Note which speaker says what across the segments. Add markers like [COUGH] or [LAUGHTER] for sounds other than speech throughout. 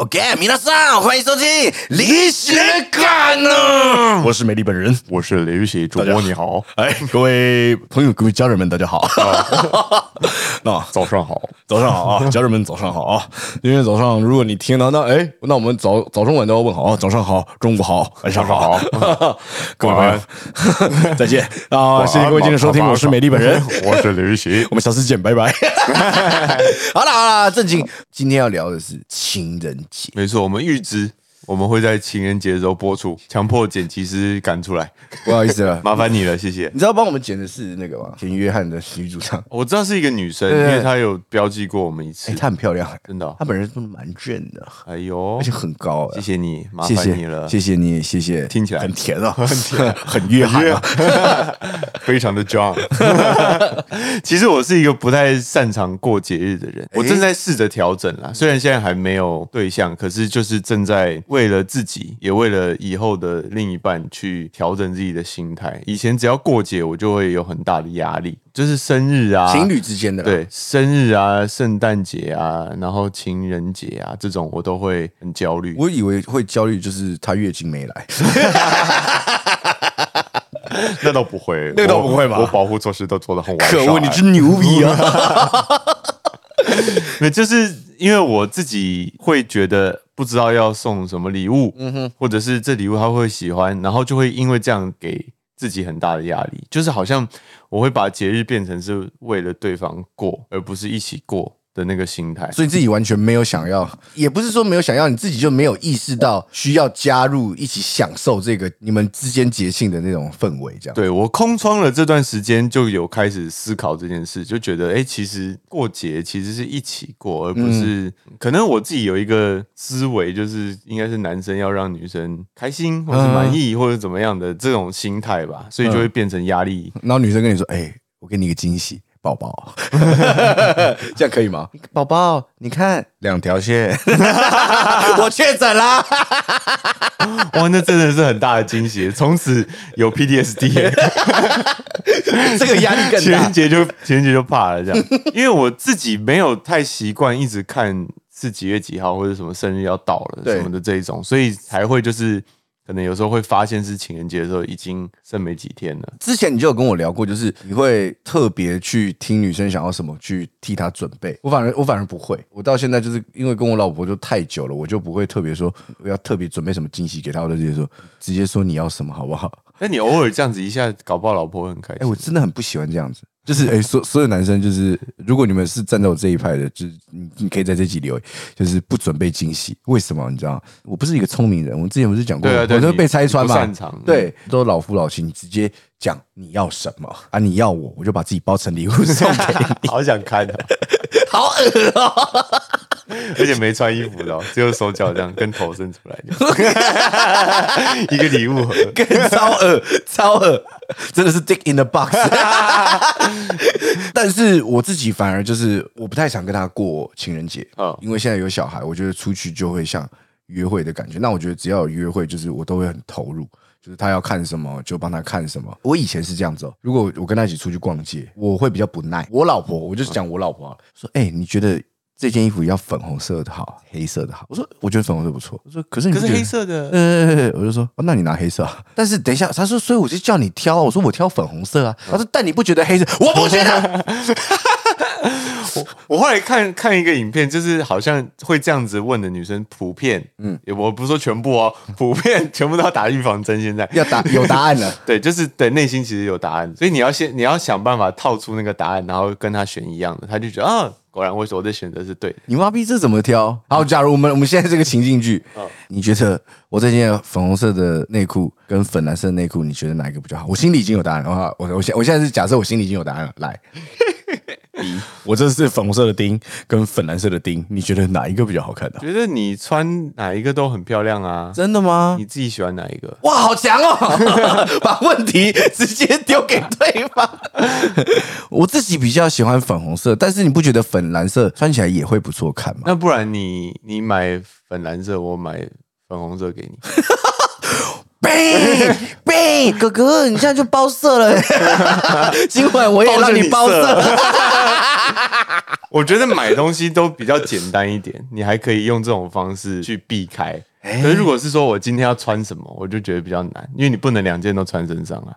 Speaker 1: OK，米娜桑，欢迎收听《理学感》呢。我是美丽本人。
Speaker 2: 我是雷雨喜主
Speaker 1: 大家
Speaker 2: 播，你好，
Speaker 1: 哎，各位朋友，各位家人们，大家好。
Speaker 2: 哦
Speaker 1: [LAUGHS] 那、
Speaker 2: 早上好。
Speaker 1: 早上好
Speaker 2: [LAUGHS]
Speaker 1: 啊，家人们，早上好啊！因为早上，如果你听到那哎，那我们早早中晚都要问好啊，早上好，中午好，晚上好，
Speaker 2: [LAUGHS]
Speaker 1: 各位朋友，再见啊！谢谢各位今天收听，我是美丽本人，
Speaker 2: [LAUGHS] 我是雷雨喜
Speaker 1: 我。们下次见，
Speaker 2: [LAUGHS]
Speaker 1: 拜拜。好了好了，正经，今天要聊的是情人节。
Speaker 2: 没错，我们预知我们会在情人节的时候播出，强迫剪辑师赶出来，
Speaker 1: 不好意思了，
Speaker 2: 麻烦你了，谢谢。
Speaker 1: 你知道帮我们剪的是那个吗？田约翰的女主唱，
Speaker 2: 我知道是一个女生，因
Speaker 1: 对对
Speaker 2: 为她有标记过我们一
Speaker 1: [LAUGHS] 哎、
Speaker 2: 次，
Speaker 1: 她很漂亮、
Speaker 2: 真的哦。
Speaker 1: 她本人真的蛮正的，
Speaker 2: 哎呦
Speaker 1: 而且，很高、
Speaker 2: 谢
Speaker 1: 哎
Speaker 2: 谢你，麻
Speaker 1: 谢
Speaker 2: 烦你
Speaker 1: 谢
Speaker 2: 了，
Speaker 1: 谢谢你，谢谢，
Speaker 2: 听起来
Speaker 1: 很甜 [LAUGHS] 啊，很甜，很约翰、啊。
Speaker 2: 非常的 John。其实我是一个不太擅长过节日的人，我正在试着调整
Speaker 1: 嗯
Speaker 2: 啦。虽然现在还没有对象，可是就是正在为了自己，也为了以后的另一半去调整自己的心态。以前只要过节，我就会有很大的压力，就是生日啊，
Speaker 1: [LAUGHS] 情侣之间的啦
Speaker 2: 对生日啊、圣诞节啊，然后情人节啊这种，我都会很焦虑。
Speaker 1: 我以为会焦虑，就是她月经没 [LAUGHS] 来。
Speaker 2: [LAUGHS] 那倒不会，
Speaker 1: 那倒不会吧
Speaker 2: 我我保护措施都做得很完善。
Speaker 1: 可恶，你真牛逼 [LAUGHS] 啊！
Speaker 2: [LAUGHS] 那就是因为我自己会觉得不知道要送什么礼物，或者是这礼物他会喜欢，然后就会因为这样给自己很大的压力，就是好像我会把节日变成是为了对方过，而不是一起过的那个心态。
Speaker 1: 所以自己完全没有想要，也不是说没有想要，你自己就没有意识到需要加入一起享受这个你们之间节庆的那种氛围，这样。
Speaker 2: 对我空窗了这段时间，就有开始思考这件事，就觉得哎、诶其实过节其实是一起过，而不是、可能我自己有一个思维，就是应该是男生要让女生开心，或是满意，或者怎么样的这种心态吧，所以就会变成压力。
Speaker 1: 然后女生跟你说：“哎、我给你一个惊喜，宝宝， [LAUGHS] 这样可以吗？”宝宝，你看两条线， [LAUGHS] 我确诊啦！
Speaker 2: 哇，那真的是很大的惊喜，从此有 PTSD 耶、
Speaker 1: [LAUGHS] 这个压力更
Speaker 2: 情
Speaker 1: 大
Speaker 2: 人。节就情人节就怕了这样， [LAUGHS] 因为我自己没有太习惯一直看是几月几号或者什么生日要到了
Speaker 1: 对
Speaker 2: 什么的这一种，所以才会就是可能有时候会发现是情人节的时候已经剩没几天了。
Speaker 1: 之前你就有跟我聊过，就是你会特别去听女生想要什么，去替她准备。我反而我反而不会，我到现在就是因为跟我老婆就太久了，我就不会特别说我要特别准备什么惊喜给她，我就直接说直接说你要什么好不好？
Speaker 2: 那你偶尔这样子一下搞不好老婆会很开
Speaker 1: 哎、我
Speaker 2: 心。
Speaker 1: 真的很不喜欢这样子。就是哎，所所有男生就是，如果你们是站在我这一派的，就是你你可以在这集留言，就是不准备惊喜。为什么？你知道吗，我不是一个聪明人，我之前不是讲过，
Speaker 2: 对啊对
Speaker 1: 我都
Speaker 2: 你
Speaker 1: 被拆穿嘛，
Speaker 2: 你不擅长
Speaker 1: 对，都老夫老妻，你直接讲你要什么啊？你要我，我就把自己包成礼物送 [LAUGHS] 给
Speaker 2: [LAUGHS]
Speaker 1: 你，
Speaker 2: 好想看啊，
Speaker 1: 好恶哦、
Speaker 2: [LAUGHS] 而且没穿衣服的、哦，只有手脚这样跟头伸出来这样， [LAUGHS] 一个礼物
Speaker 1: [LAUGHS]
Speaker 2: 盒。
Speaker 1: 跟超恶，超恶，真的是 dick in the box。但是我自己反而就是我不太想跟他过情人节，
Speaker 2: 嗯
Speaker 1: 因为现在有小孩，我觉得出去就会像约会的感觉。那我觉得只要有约会，就是我都会很投入。就是他要看什么就帮他看什么。我以前是这样子哦，如果我跟他一起出去逛街，我会比较不耐。我老婆，我就讲我老婆啊，说：“哎、你觉得这件衣服要粉红色的好，黑色的好？”我说：“我觉得粉红色不错。”我说：“可是你
Speaker 2: 可
Speaker 1: 不
Speaker 2: 是
Speaker 1: 觉得
Speaker 2: 黑色的，
Speaker 1: 呃，我就说、哦那你拿黑色、啊。但是等一下，他说，所以我就叫你挑啊。我说我挑粉红色啊。他说，但你不觉得黑色？我不觉得。
Speaker 2: [LAUGHS] 我后来看看一个影片，就是好像会这样子问的女生，普遍，
Speaker 1: 嗯
Speaker 2: 嗯，我不是说全部哦， [LAUGHS] 普遍全部都要打预防针。现
Speaker 1: [LAUGHS]
Speaker 2: 在
Speaker 1: 要答有答案了。
Speaker 2: 对，就是对内心其实有答案，所以你要先你要想办法套出那个答案，然后跟他选一样的，他就觉得啊，果然我我的选择是对的。
Speaker 1: 你妈逼这怎么挑？好，假如我们我们现在这个情境剧，你觉得我这件粉红色的内裤跟粉蓝色的内裤，你觉得哪一个比较好？我心里已经有答案了。我我我现我现在是假设我心里已经有答案了。来，我这是粉红色的丁跟粉蓝色的丁，你觉得哪一个比较好看的、
Speaker 2: 觉得你穿哪一个都很漂亮啊，
Speaker 1: 真的吗？
Speaker 2: 你自己喜欢哪一个？
Speaker 1: 哇，好强哦！ [LAUGHS] 把问题直接丢给对方。我自己比较喜欢粉红色，但是你不觉得粉蓝色穿起来也会不错看 [LAUGHS] 吗？
Speaker 2: 那不然你你买粉蓝色，我买粉红色给你。
Speaker 1: 贝贝哥哥，你现在就 [LAUGHS] 包色了，今晚我也让你包
Speaker 2: 包着
Speaker 1: 色。
Speaker 2: 你我觉得买东西都比较简单一点，你还可以用这种方式去避开。可是如果是说我今天要穿什么，我就觉得比较难，因为你不能两件都穿身上啊，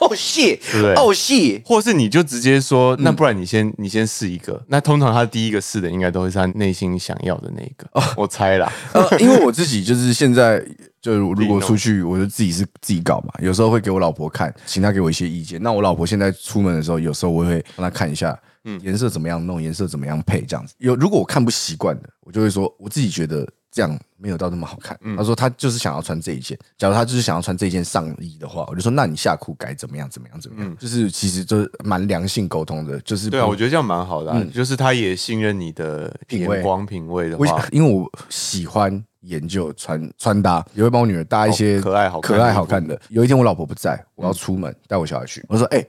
Speaker 1: Oh
Speaker 3: 哦谢
Speaker 2: 不对
Speaker 3: 哦谢，
Speaker 2: 或是你就直接说，那不然你先你先试一个。那通常他第一个试的应该都会是他内心想要的那一个，我猜啦。
Speaker 1: 呃，因为我自己就是现在就是如
Speaker 2: 弄
Speaker 1: 果出去，我就自己是自己搞嘛，有时候会给我老婆看，请她给我一些意见。那我老婆现在出门的时候，有时候我会让她看一下，嗯，颜色怎么样弄，颜色怎么样配这样子。有如果我看不习惯的，我就会说我自己觉得这样没有到那么好看。
Speaker 2: 嗯
Speaker 1: 她说她就是想要穿这一件，假如她就是想要穿这件上衣的话，我就说那你下裤该怎么样怎么样怎么样，就是其实就是蛮良性沟通的，就是
Speaker 2: [LAUGHS] 嗯对啊，
Speaker 1: 不
Speaker 2: 我觉得这样蛮好的啊、就是他也信任你的
Speaker 1: 品味
Speaker 2: 眼光品味的
Speaker 1: 我
Speaker 2: [LAUGHS]
Speaker 1: 想
Speaker 2: 话，
Speaker 1: 因为我喜欢研究穿穿搭，也会帮我女儿搭一些
Speaker 2: 哦可爱好看的嗯
Speaker 1: 可爱好看的。有一天我老婆不在，我要出门带我小孩去，我说：“哎、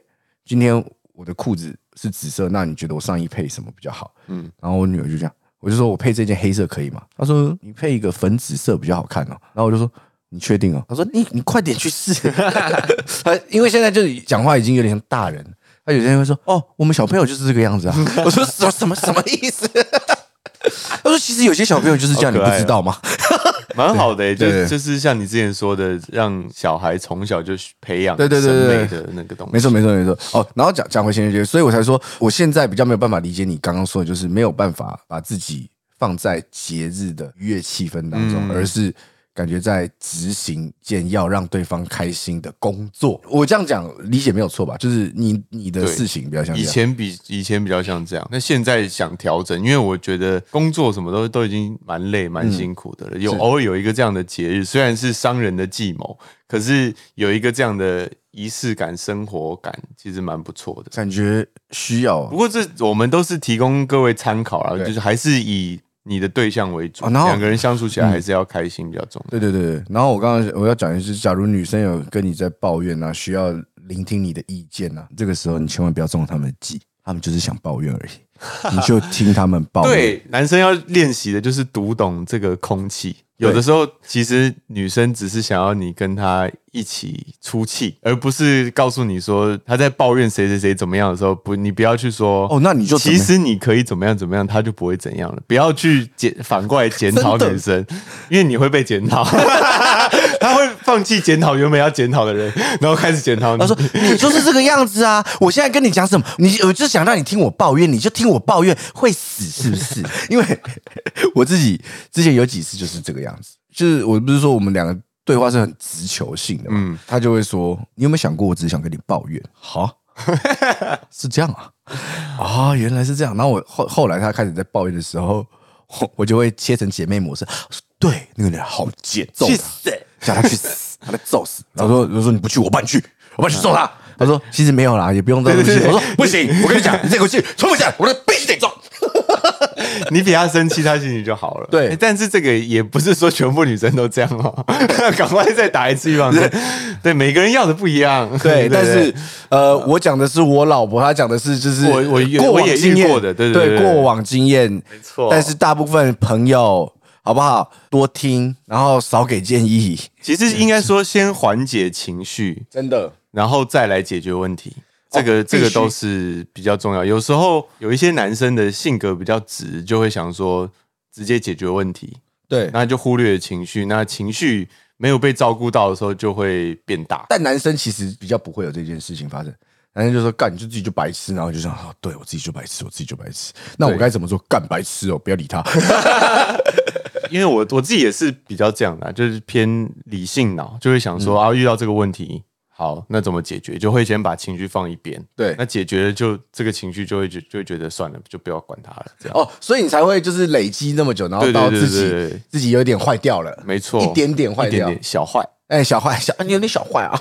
Speaker 1: 今天我的裤子是紫色，那你觉得我上衣配什么比较好？”嗯，然后我女儿就这样，我就说我配这件黑色可以吗？她说：“你配一个粉紫色比较好看哦。”然后我就说。你确定哦？她说你你快点去试，她因为现在就是讲话已经有点像大人，她有些人会说哦，我们小朋友就是这个样子啊。 [LAUGHS] 我说什么什么什么意思？ [LAUGHS] 他说：“其实有些小朋友就是这样，
Speaker 2: 好
Speaker 1: 你
Speaker 2: 可
Speaker 1: 不
Speaker 2: 爱哦
Speaker 1: 知道吗？
Speaker 2: 蛮好的、欸。
Speaker 1: 对
Speaker 2: 就
Speaker 1: 对
Speaker 2: 就是像你之前说的，让小孩从小就培养
Speaker 1: 对对对
Speaker 2: 审
Speaker 1: 对
Speaker 2: 美
Speaker 1: 对
Speaker 2: 的那个东西。
Speaker 1: 没错，没错，没错。哦，然后讲讲回情人节，所以我才说，我现在比较没有办法理解你刚刚说的，就是没有办法把自己放在节日的愉悦气氛当中，
Speaker 2: 嗯
Speaker 1: 而是感觉在执行一件要让对方开心的工作。我这样讲理解没有错吧？就是你你的
Speaker 2: 对
Speaker 1: 事情比较像这
Speaker 2: 以
Speaker 1: 样。
Speaker 2: 前比以前比较像这样，那现在想调整，因为我觉得工作什么都都已经蛮累、蛮辛苦的了。有
Speaker 1: 嗯是
Speaker 2: 偶尔有一个这样的节日，虽然是商人的计谋，可是有一个这样的仪式感、生活感，其实蛮不错的。
Speaker 1: 感觉需要
Speaker 2: 不过这我们都是提供各位参考啦，
Speaker 1: 对
Speaker 2: 就是还是以你的对象为主，
Speaker 1: 啊然后
Speaker 2: 两个人相处起来还是要开心比较重要。
Speaker 1: 对对对对，然后我刚刚我要讲的是，假如女生有跟你在抱怨啊，需要聆听你的意见啊，这个时候你千万不要中他们的计，他们就是想抱怨而已，你就听他们抱怨。
Speaker 2: 对，男生要练习的就是读懂这个空气。有的时候，其实女生只是想要你跟她一起出气，而不是告诉你说她在抱怨谁谁谁怎么样的时候，不，你不要去说
Speaker 1: 哦那你就怎
Speaker 2: 其
Speaker 1: 么样
Speaker 2: 实你可以怎么样怎么样，她就不会怎样了。不要去检反过来检讨
Speaker 1: 真的
Speaker 2: 女生，因为你会被检
Speaker 1: [LAUGHS]
Speaker 2: 讨，她会放弃检讨原本要检讨的人，然后开始检讨你。
Speaker 1: 他说：“你就是这个样子啊！我现在跟你讲什么，你我就想让你听我抱怨，你就听我抱怨，会死是不是？ [LAUGHS] 因为我自己之前有几次就是这个样子，就是我不是说我们两个对话是很直球性的嘛，
Speaker 2: 嗯
Speaker 1: 他就会说：你有没有想过，我只是想跟你抱怨？好，是这样啊，啊、原来是这样。然后我后后来他开始在抱怨的时候， [LAUGHS] 我我就会切成姐妹模式，我说对，那个人好贱，揍他
Speaker 3: 去死！
Speaker 1: 叫他去死，把他揍 [LAUGHS] 死。然后说，我说你不去，我帮你去，我帮你去揍他。他说其实没有啦，也不用这么气。我说 [LAUGHS] 不行，我跟你讲，你这口气冲不下，我说必须得揍。
Speaker 2: 你比他生气，他心情就好了。
Speaker 1: 对
Speaker 2: 欸但是这个也不是说全部女生都这样哦，赶快再打一次预防针。对，每个人要的不一样。
Speaker 1: [LAUGHS] 对，但
Speaker 2: 对
Speaker 1: 是呃，我讲的是我老婆，她讲的是就是
Speaker 2: 我我也
Speaker 1: 过
Speaker 2: 我也
Speaker 1: 往
Speaker 2: 遇
Speaker 1: 经验
Speaker 2: 过的对对
Speaker 1: 对
Speaker 2: 对对
Speaker 1: 过往经验没
Speaker 2: 错
Speaker 1: 但是大部分朋友好不好多听，然后少给建议，
Speaker 2: 其实应该说先缓解情绪，
Speaker 1: 真的
Speaker 2: 然后再来解决问题。这个、
Speaker 1: 哦
Speaker 2: 这
Speaker 1: 必
Speaker 2: 个
Speaker 1: 须
Speaker 2: 都是比较重要。有时候有一些男生的性格比较直，就会想说直接解决问题，
Speaker 1: 对。
Speaker 2: 那就忽略情绪。那情绪没有被照顾到的时候，就会变大。
Speaker 1: 但男生其实比较不会有这件事情发生。男生就说干，你就自己就白痴，然后就想哦，对我自己就白痴，我自己就白痴。那我
Speaker 2: 对
Speaker 1: 该怎么做？干白痴哦，不要
Speaker 2: [LAUGHS]
Speaker 1: 理他。
Speaker 2: 因为我我自己也是比较这样的啊、就是偏理性脑，就会想说、
Speaker 1: 嗯
Speaker 2: 啊，遇到这个问题，好，那怎么解决？就会先把情绪放一边。
Speaker 1: 对
Speaker 2: 那解决了就这个情绪就会觉就会觉得算了，就不要管它了。这样、
Speaker 1: 哦，所以你才会就是累积那么久，然后
Speaker 2: 对对
Speaker 1: 到
Speaker 2: 对
Speaker 1: 自己
Speaker 2: 对对
Speaker 1: 自己有点坏掉了，
Speaker 2: 没错，
Speaker 1: 一点点坏
Speaker 2: 一点
Speaker 1: 掉。
Speaker 2: 点小坏。
Speaker 1: 哎，小坏小，你有点小坏
Speaker 2: [LAUGHS]
Speaker 1: 啊。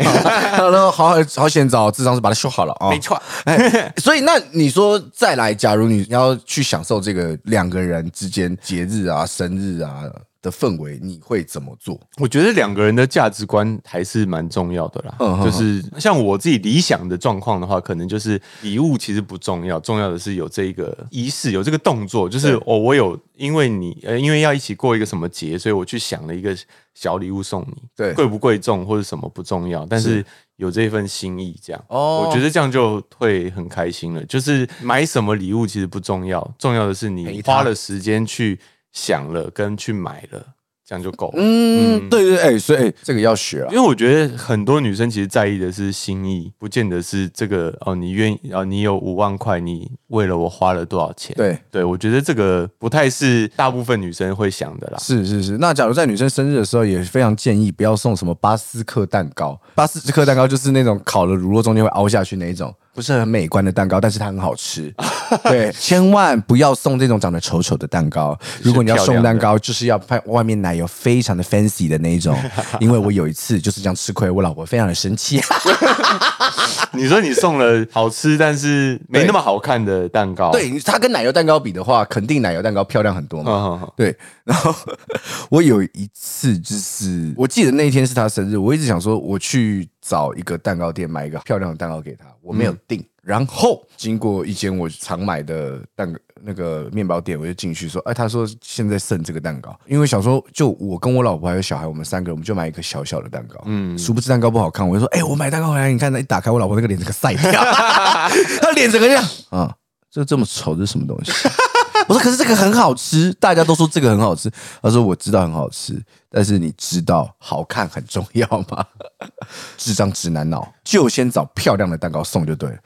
Speaker 1: 然后好好好险找智商是把它修好了啊、哦。
Speaker 2: 错，
Speaker 1: 哎，所以那你说再来，假如你要去享受这个两个人之间节日啊、生日啊的氛围，你会怎么做？
Speaker 2: 我觉得两个人的价值观还是蛮重要的啦。
Speaker 1: 嗯哼
Speaker 2: 就是像我自己理想的状况的话，可能就是礼物其实不重要，重要的是有这一个仪式，有这个动作，就是哦，我有因为你呃，因为要一起过一个什么节，所以我去想了一个小礼物送你。
Speaker 1: 对
Speaker 2: 贵不贵重或者什么不重要，但是有这份心意，这样。
Speaker 1: 哦
Speaker 2: 我觉得这样就会很开心了。就是买什么礼物其实不重要，重要的是
Speaker 1: 陪
Speaker 2: 你
Speaker 1: 他
Speaker 2: 花了时间去想了跟去买了，这样就够了。
Speaker 1: 嗯，对对，哎，所以哎这个要学啊
Speaker 2: 因。为我觉得很多女生其实在意的是心意，不见得是这个哦，你愿意哦，你有五万块，你为了我花了多少钱？
Speaker 1: 对，
Speaker 2: 对，我觉得这个不太是大部分女生会想的啦。 [LAUGHS]
Speaker 1: 是是是，那假如在女生生日的时候，也非常建议不要送什么巴斯克蛋糕。巴斯克蛋糕就是那种烤了乳酪中间会凹下去那一种，不是很美观的蛋糕，但是它很好 [LAUGHS] 吃。对，千万不要送这种长得丑丑的蛋糕。如果你要送蛋糕，就是要派外面奶油非常的 fancy 的那一 [LAUGHS] 种。因为我有一次就是这样吃亏，我老婆非常的生气。
Speaker 2: 你说你送了好吃但是没那么好看的蛋糕，，
Speaker 1: [LAUGHS] 对，它跟奶油蛋糕比的话，肯定奶油蛋糕漂亮很多嘛。
Speaker 2: 嗯，
Speaker 1: 对，然后我有一次就是，我记得那一天是他生日，我一直想说我去找一个蛋糕店买一个漂亮的蛋糕给他，我没有订。然后经过一间我常买的蛋那个面包店，我就进去说，哎，他说现在剩这个蛋糕，因为想说就我跟我老婆还有小孩，我们三个人我们就买一个小小的蛋糕，嗯，殊不知蛋糕不好看，我就说，哎，我买蛋糕回来，你看，一打开我老婆那个脸整个晒掉， [LAUGHS] 她脸整个这样，啊，这这么丑，这是什么东西？我说可是这个很好吃，大家都说这个很好吃。他说我知道很好吃，但是你知道好看很重要吗？智障直男脑，就先找漂亮的蛋糕送就对了。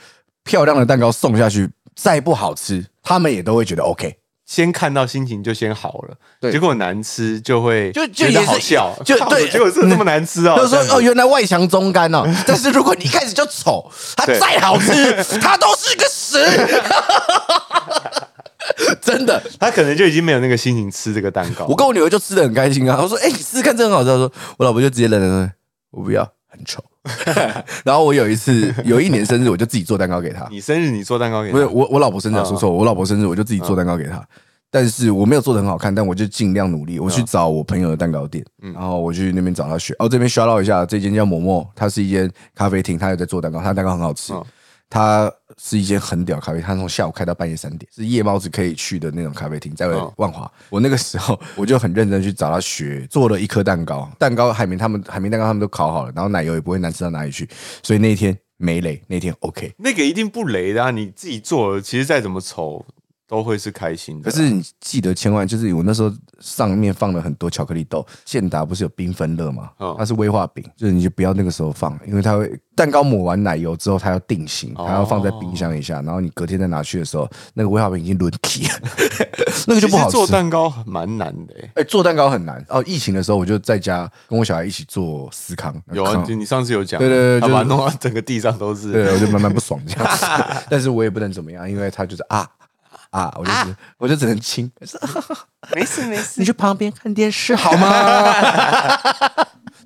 Speaker 1: 漂亮的蛋糕送下去，再不好吃，他们也都会觉得 OK。
Speaker 2: 先看到心情就先好了，
Speaker 1: 对
Speaker 2: 结果难吃就会
Speaker 1: 就就
Speaker 2: 觉得
Speaker 1: 也是
Speaker 2: 好笑，[LAUGHS]
Speaker 1: 就
Speaker 2: 靠
Speaker 1: 对
Speaker 2: 结果是这么难吃哦，
Speaker 1: 就是
Speaker 2: 这样子
Speaker 1: 说哦，原来外强中干哦。但是如果你一开始就丑，它
Speaker 2: 对
Speaker 1: 再好吃，它都是个
Speaker 2: [LAUGHS]
Speaker 1: 屎。 [LAUGHS] 真的，
Speaker 2: 他可能就已经没有那个心情吃这个蛋糕，
Speaker 1: 我跟我女儿就吃的很开心啊。我说：“哎、你试试看，这很好吃。”她说：“我老婆就直接冷冷地说，我不要，很丑。” [LAUGHS] 然后我有一次，有一年生日，我就自己做蛋糕给她。
Speaker 2: 你生日你做蛋糕给
Speaker 1: 不是
Speaker 2: 他，嗯
Speaker 1: 我，我老婆生日啊说错，我老婆生日我就自己做蛋糕给她。但是我没有做的很好看，但我就尽量努力。我去
Speaker 2: 嗯
Speaker 1: 找我朋友的蛋糕店，然后我去那边找他学。哦，这边 shout out 一下，这间叫嬷嬷，它是一间咖啡厅，它有在做蛋糕，它蛋糕很好吃
Speaker 2: 嗯。
Speaker 1: 它是一间很屌咖啡，它从下午开到半夜三点，是夜猫子可以去的那种咖啡厅，在
Speaker 2: 嗯
Speaker 1: 万华。我那个时候我就很认真去找他学，做了一颗蛋糕，蛋糕海绵他们海绵蛋糕他们都烤好了，然后奶油也不会难吃到哪里去，所以那一天没雷，那天 OK。
Speaker 2: 那个一定不雷的啊，你自己做了，其实再怎么丑都会是开心的
Speaker 1: 可
Speaker 2: 啦。
Speaker 1: 是你记得千万，就是我那时候上面放了很多巧克力豆，健达不是有缤纷乐吗
Speaker 2: 嗯？
Speaker 1: 它是威化饼，就是你就不要那个时候放，因为它会蛋糕抹完奶油之后，它要定型，
Speaker 2: 哦
Speaker 1: 它要放在冰箱一下，然后你隔天再拿去的时候，那个威化饼已经轮体了， [LAUGHS] 那个就不好
Speaker 2: 其实做
Speaker 1: 吃。
Speaker 2: 蛋糕蛮难的、欸，
Speaker 1: 哎、做蛋糕很难哦。疫情的时候，我就在家跟我小孩一起做司康，
Speaker 2: 有啊，就你上次有讲，
Speaker 1: 对对对
Speaker 2: 他
Speaker 1: 就
Speaker 2: 把它
Speaker 1: 是
Speaker 2: 弄到整个地上都是，
Speaker 1: [LAUGHS] 对，我就慢慢不爽这样子， [LAUGHS] 但是我也不能怎么样，因为他就是啊啊，我就是、我就只能亲， [LAUGHS]
Speaker 2: 没事没事。
Speaker 1: 你去旁边看电视好吗？ [LAUGHS]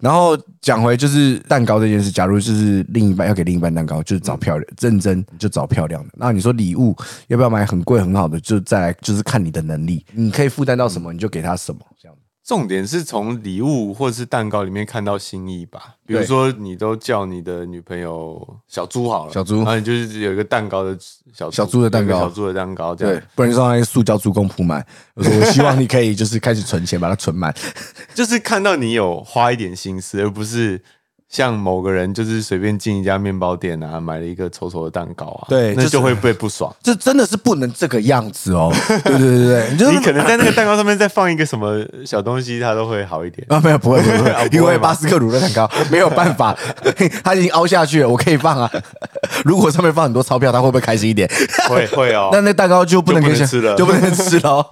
Speaker 1: 然后讲回就是蛋糕这件事，假如就是另一半要给另一半蛋糕，就是找漂亮、认真就找漂亮的。那你说礼物要不要买很贵很好的？就再来就是看你的能力，你可以负担到什么你就给他什么这样。
Speaker 2: 重点是从礼物或者是蛋糕里面看到心意吧。比如
Speaker 1: 对
Speaker 2: 说，你都叫你的女朋友小猪好了，
Speaker 1: 小猪
Speaker 2: 然后你就是有一个蛋糕的小
Speaker 1: 小猪的蛋糕
Speaker 2: 有一个小猪的蛋糕这
Speaker 1: 对
Speaker 2: 样，，
Speaker 1: 不然就让那些塑胶猪公铺满。我说我希望你可以就是开始存钱，把它存满。
Speaker 2: 就是看到你有花一点心思，而不是。像某个人就是随便进一家面包店啊，买了一个丑丑的蛋糕啊，
Speaker 1: 对
Speaker 2: 那
Speaker 1: 就是
Speaker 2: 就会被不爽。
Speaker 1: 这真的是不能这个样子哦。 [LAUGHS] 对对对对，你就是
Speaker 2: 你可能在那个蛋糕上面再放一个什么小东西，它都会好一点。
Speaker 1: 啊，没有，不会，不会，不
Speaker 2: [LAUGHS] 啊
Speaker 1: 会
Speaker 2: 不会
Speaker 1: 因为
Speaker 2: 吗
Speaker 1: 巴斯克乳酪蛋糕没有办法， [LAUGHS] 它已经凹下去了，我可以放啊。 [LAUGHS] 如果上面放很多钞票，他会不 [LAUGHS] 会开心一点？
Speaker 2: 会会哦，
Speaker 1: 那那蛋糕就不能
Speaker 2: 就不
Speaker 1: 给
Speaker 2: 能
Speaker 1: 小
Speaker 2: 吃了
Speaker 1: [LAUGHS] 就不能吃了哦，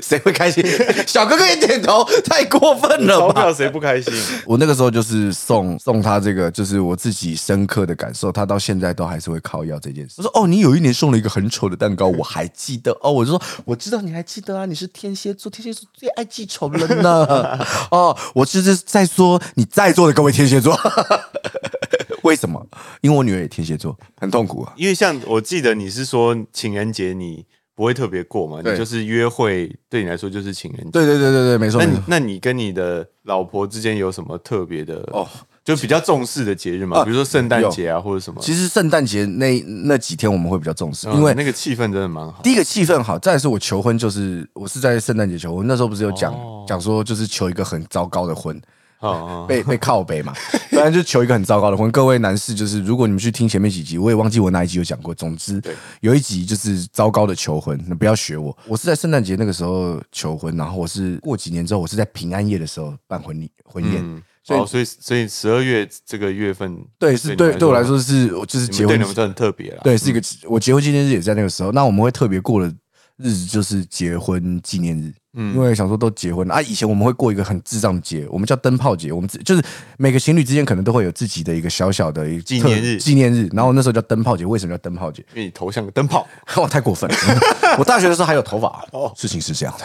Speaker 1: 谁会开心？小哥哥也点头，太过分了
Speaker 2: 钞
Speaker 1: 吧！
Speaker 2: 票谁不开心？
Speaker 1: 我那个时候就是送送他这个，就是我自己深刻的感受，他到现在都还是会靠腰这件事。我说哦，你有一年送了一个很丑的蛋糕，我还记得哦。我就说我知道你还记得啊，你是天蝎座，天蝎座最爱记仇了呢。 [LAUGHS] 哦，我就是在说你在座的各位天蝎座， [LAUGHS] 为什么？因为我女儿也天蝎座，很痛苦啊。
Speaker 2: [LAUGHS] 因为像我记得你是说情人节你不会特别过嘛，
Speaker 1: 对
Speaker 2: 你就是约会对你来说就是情人节。
Speaker 1: 对对对对对，没错
Speaker 2: 那
Speaker 1: 没
Speaker 2: 你
Speaker 1: 错。
Speaker 2: 那你跟你的老婆之间有什么特别的
Speaker 1: 哦
Speaker 2: 哦？就比较重视的节日嘛，
Speaker 1: 啊
Speaker 2: 比如说圣诞节啊，或者什么。
Speaker 1: 其实圣诞节那那几天我们会比较重视，
Speaker 2: 嗯
Speaker 1: 因为
Speaker 2: 那个气氛真的蛮好。
Speaker 1: 第一个气氛好，再来是我求婚，就是我是在圣诞节求婚，那时候不是有讲
Speaker 2: 哦
Speaker 1: 讲、说就是求一个很糟糕的婚，
Speaker 2: [LAUGHS] 哦
Speaker 1: 被被靠北嘛，反正就求一个很糟糕的婚。各位男士，就是如果你们去听前面几集，我也忘记我哪一集有讲过。总之
Speaker 2: 对，
Speaker 1: 有一集就是糟糕的求婚，你不要学我。我是在圣诞节那个时候求婚，然后我是过几年之后，我是在平安夜的时候办婚礼婚宴。
Speaker 2: 嗯，
Speaker 1: [LAUGHS] 所以
Speaker 2: 哦所以所以十二月这个月份，
Speaker 1: 对，是对对我来，说是我就是
Speaker 2: 你
Speaker 1: 结
Speaker 2: 们对
Speaker 1: 婚
Speaker 2: 你们是很特别啦。
Speaker 1: 对，是一个、我结婚纪念日也在那个时候。那我们会特别过的日子就是结婚纪念日，
Speaker 2: 嗯
Speaker 1: 因为想说都结婚了啊。以前我们会过一个很智障的节，我们叫灯泡节，我们自就是每个情侣之间可能都会有自己的一个小小的一个
Speaker 2: 纪
Speaker 1: 特
Speaker 2: 念日
Speaker 1: 纪念日。然后那时候叫灯泡节，为什么叫灯泡节？ [LAUGHS]
Speaker 2: 因为你头像个灯泡，
Speaker 1: 我太过分了。 [LAUGHS] 我大学的时候还有头发。
Speaker 2: 哦
Speaker 1: 事情是这样的，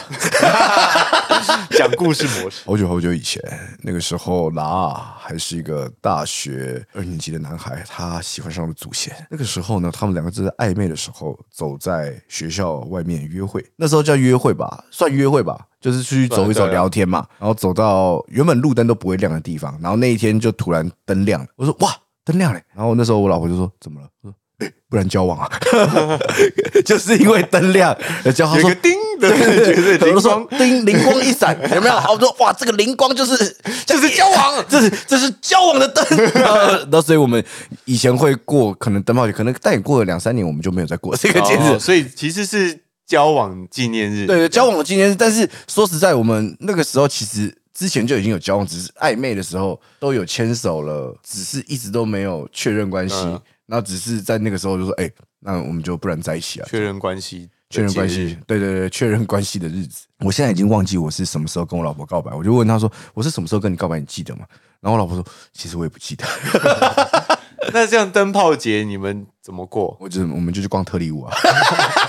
Speaker 2: 讲故事模式。
Speaker 1: 好久好久以前，那个时候啦，还是一个大学二年级的男孩，他喜欢上了祖先。那个时候呢，他们两个正在暧昧的时候，走在学校外面约会。那时候叫约会吧，算约会吧，就是出去走一走
Speaker 2: 算对啊
Speaker 1: 聊天嘛。然后走到原本路灯都不会亮的地方，然后那一天就突然灯亮了。我说哇，灯亮了。欸然后那时候我老婆就说怎么了？我说哎不然交往啊， [LAUGHS] 就是因为灯亮，交
Speaker 2: 有
Speaker 1: [LAUGHS] 他
Speaker 2: 一
Speaker 1: 说
Speaker 2: 个叮的感觉，对，
Speaker 1: 很
Speaker 2: 灵
Speaker 1: 多时
Speaker 2: 光
Speaker 1: 候叮灵光一闪，有没有？好多哇，这个灵光就是就是交往，这是这是交往的
Speaker 2: [LAUGHS]
Speaker 1: 灯。 [LAUGHS] 呃那所以我们以前会过，可能灯泡节，可能但也过了两三年，我们就没有再过这个节
Speaker 2: 哦
Speaker 1: 日。
Speaker 2: 所以其实是交往纪念日。
Speaker 1: 对，交往的纪念日，但是说实在，我们那个时候其实之前就已经有交往，只是暧昧的时候都有牵手了，只是一直都没有确认关系。
Speaker 2: 嗯
Speaker 1: 然后只是在那个时候就说，哎、那我们就不然在一起啊，
Speaker 2: 确认关系，
Speaker 1: 确认关系，，对对对，确认关系的日子。我现在已经忘记我是什么时候跟我老婆告白，我就问她说：“我是什么时候跟你告白？你记得吗？”然后我老婆说：“其实我也不记得， [LAUGHS]
Speaker 2: 那这样灯泡节你们怎么过？
Speaker 1: 我就是我们就去逛特里屋啊，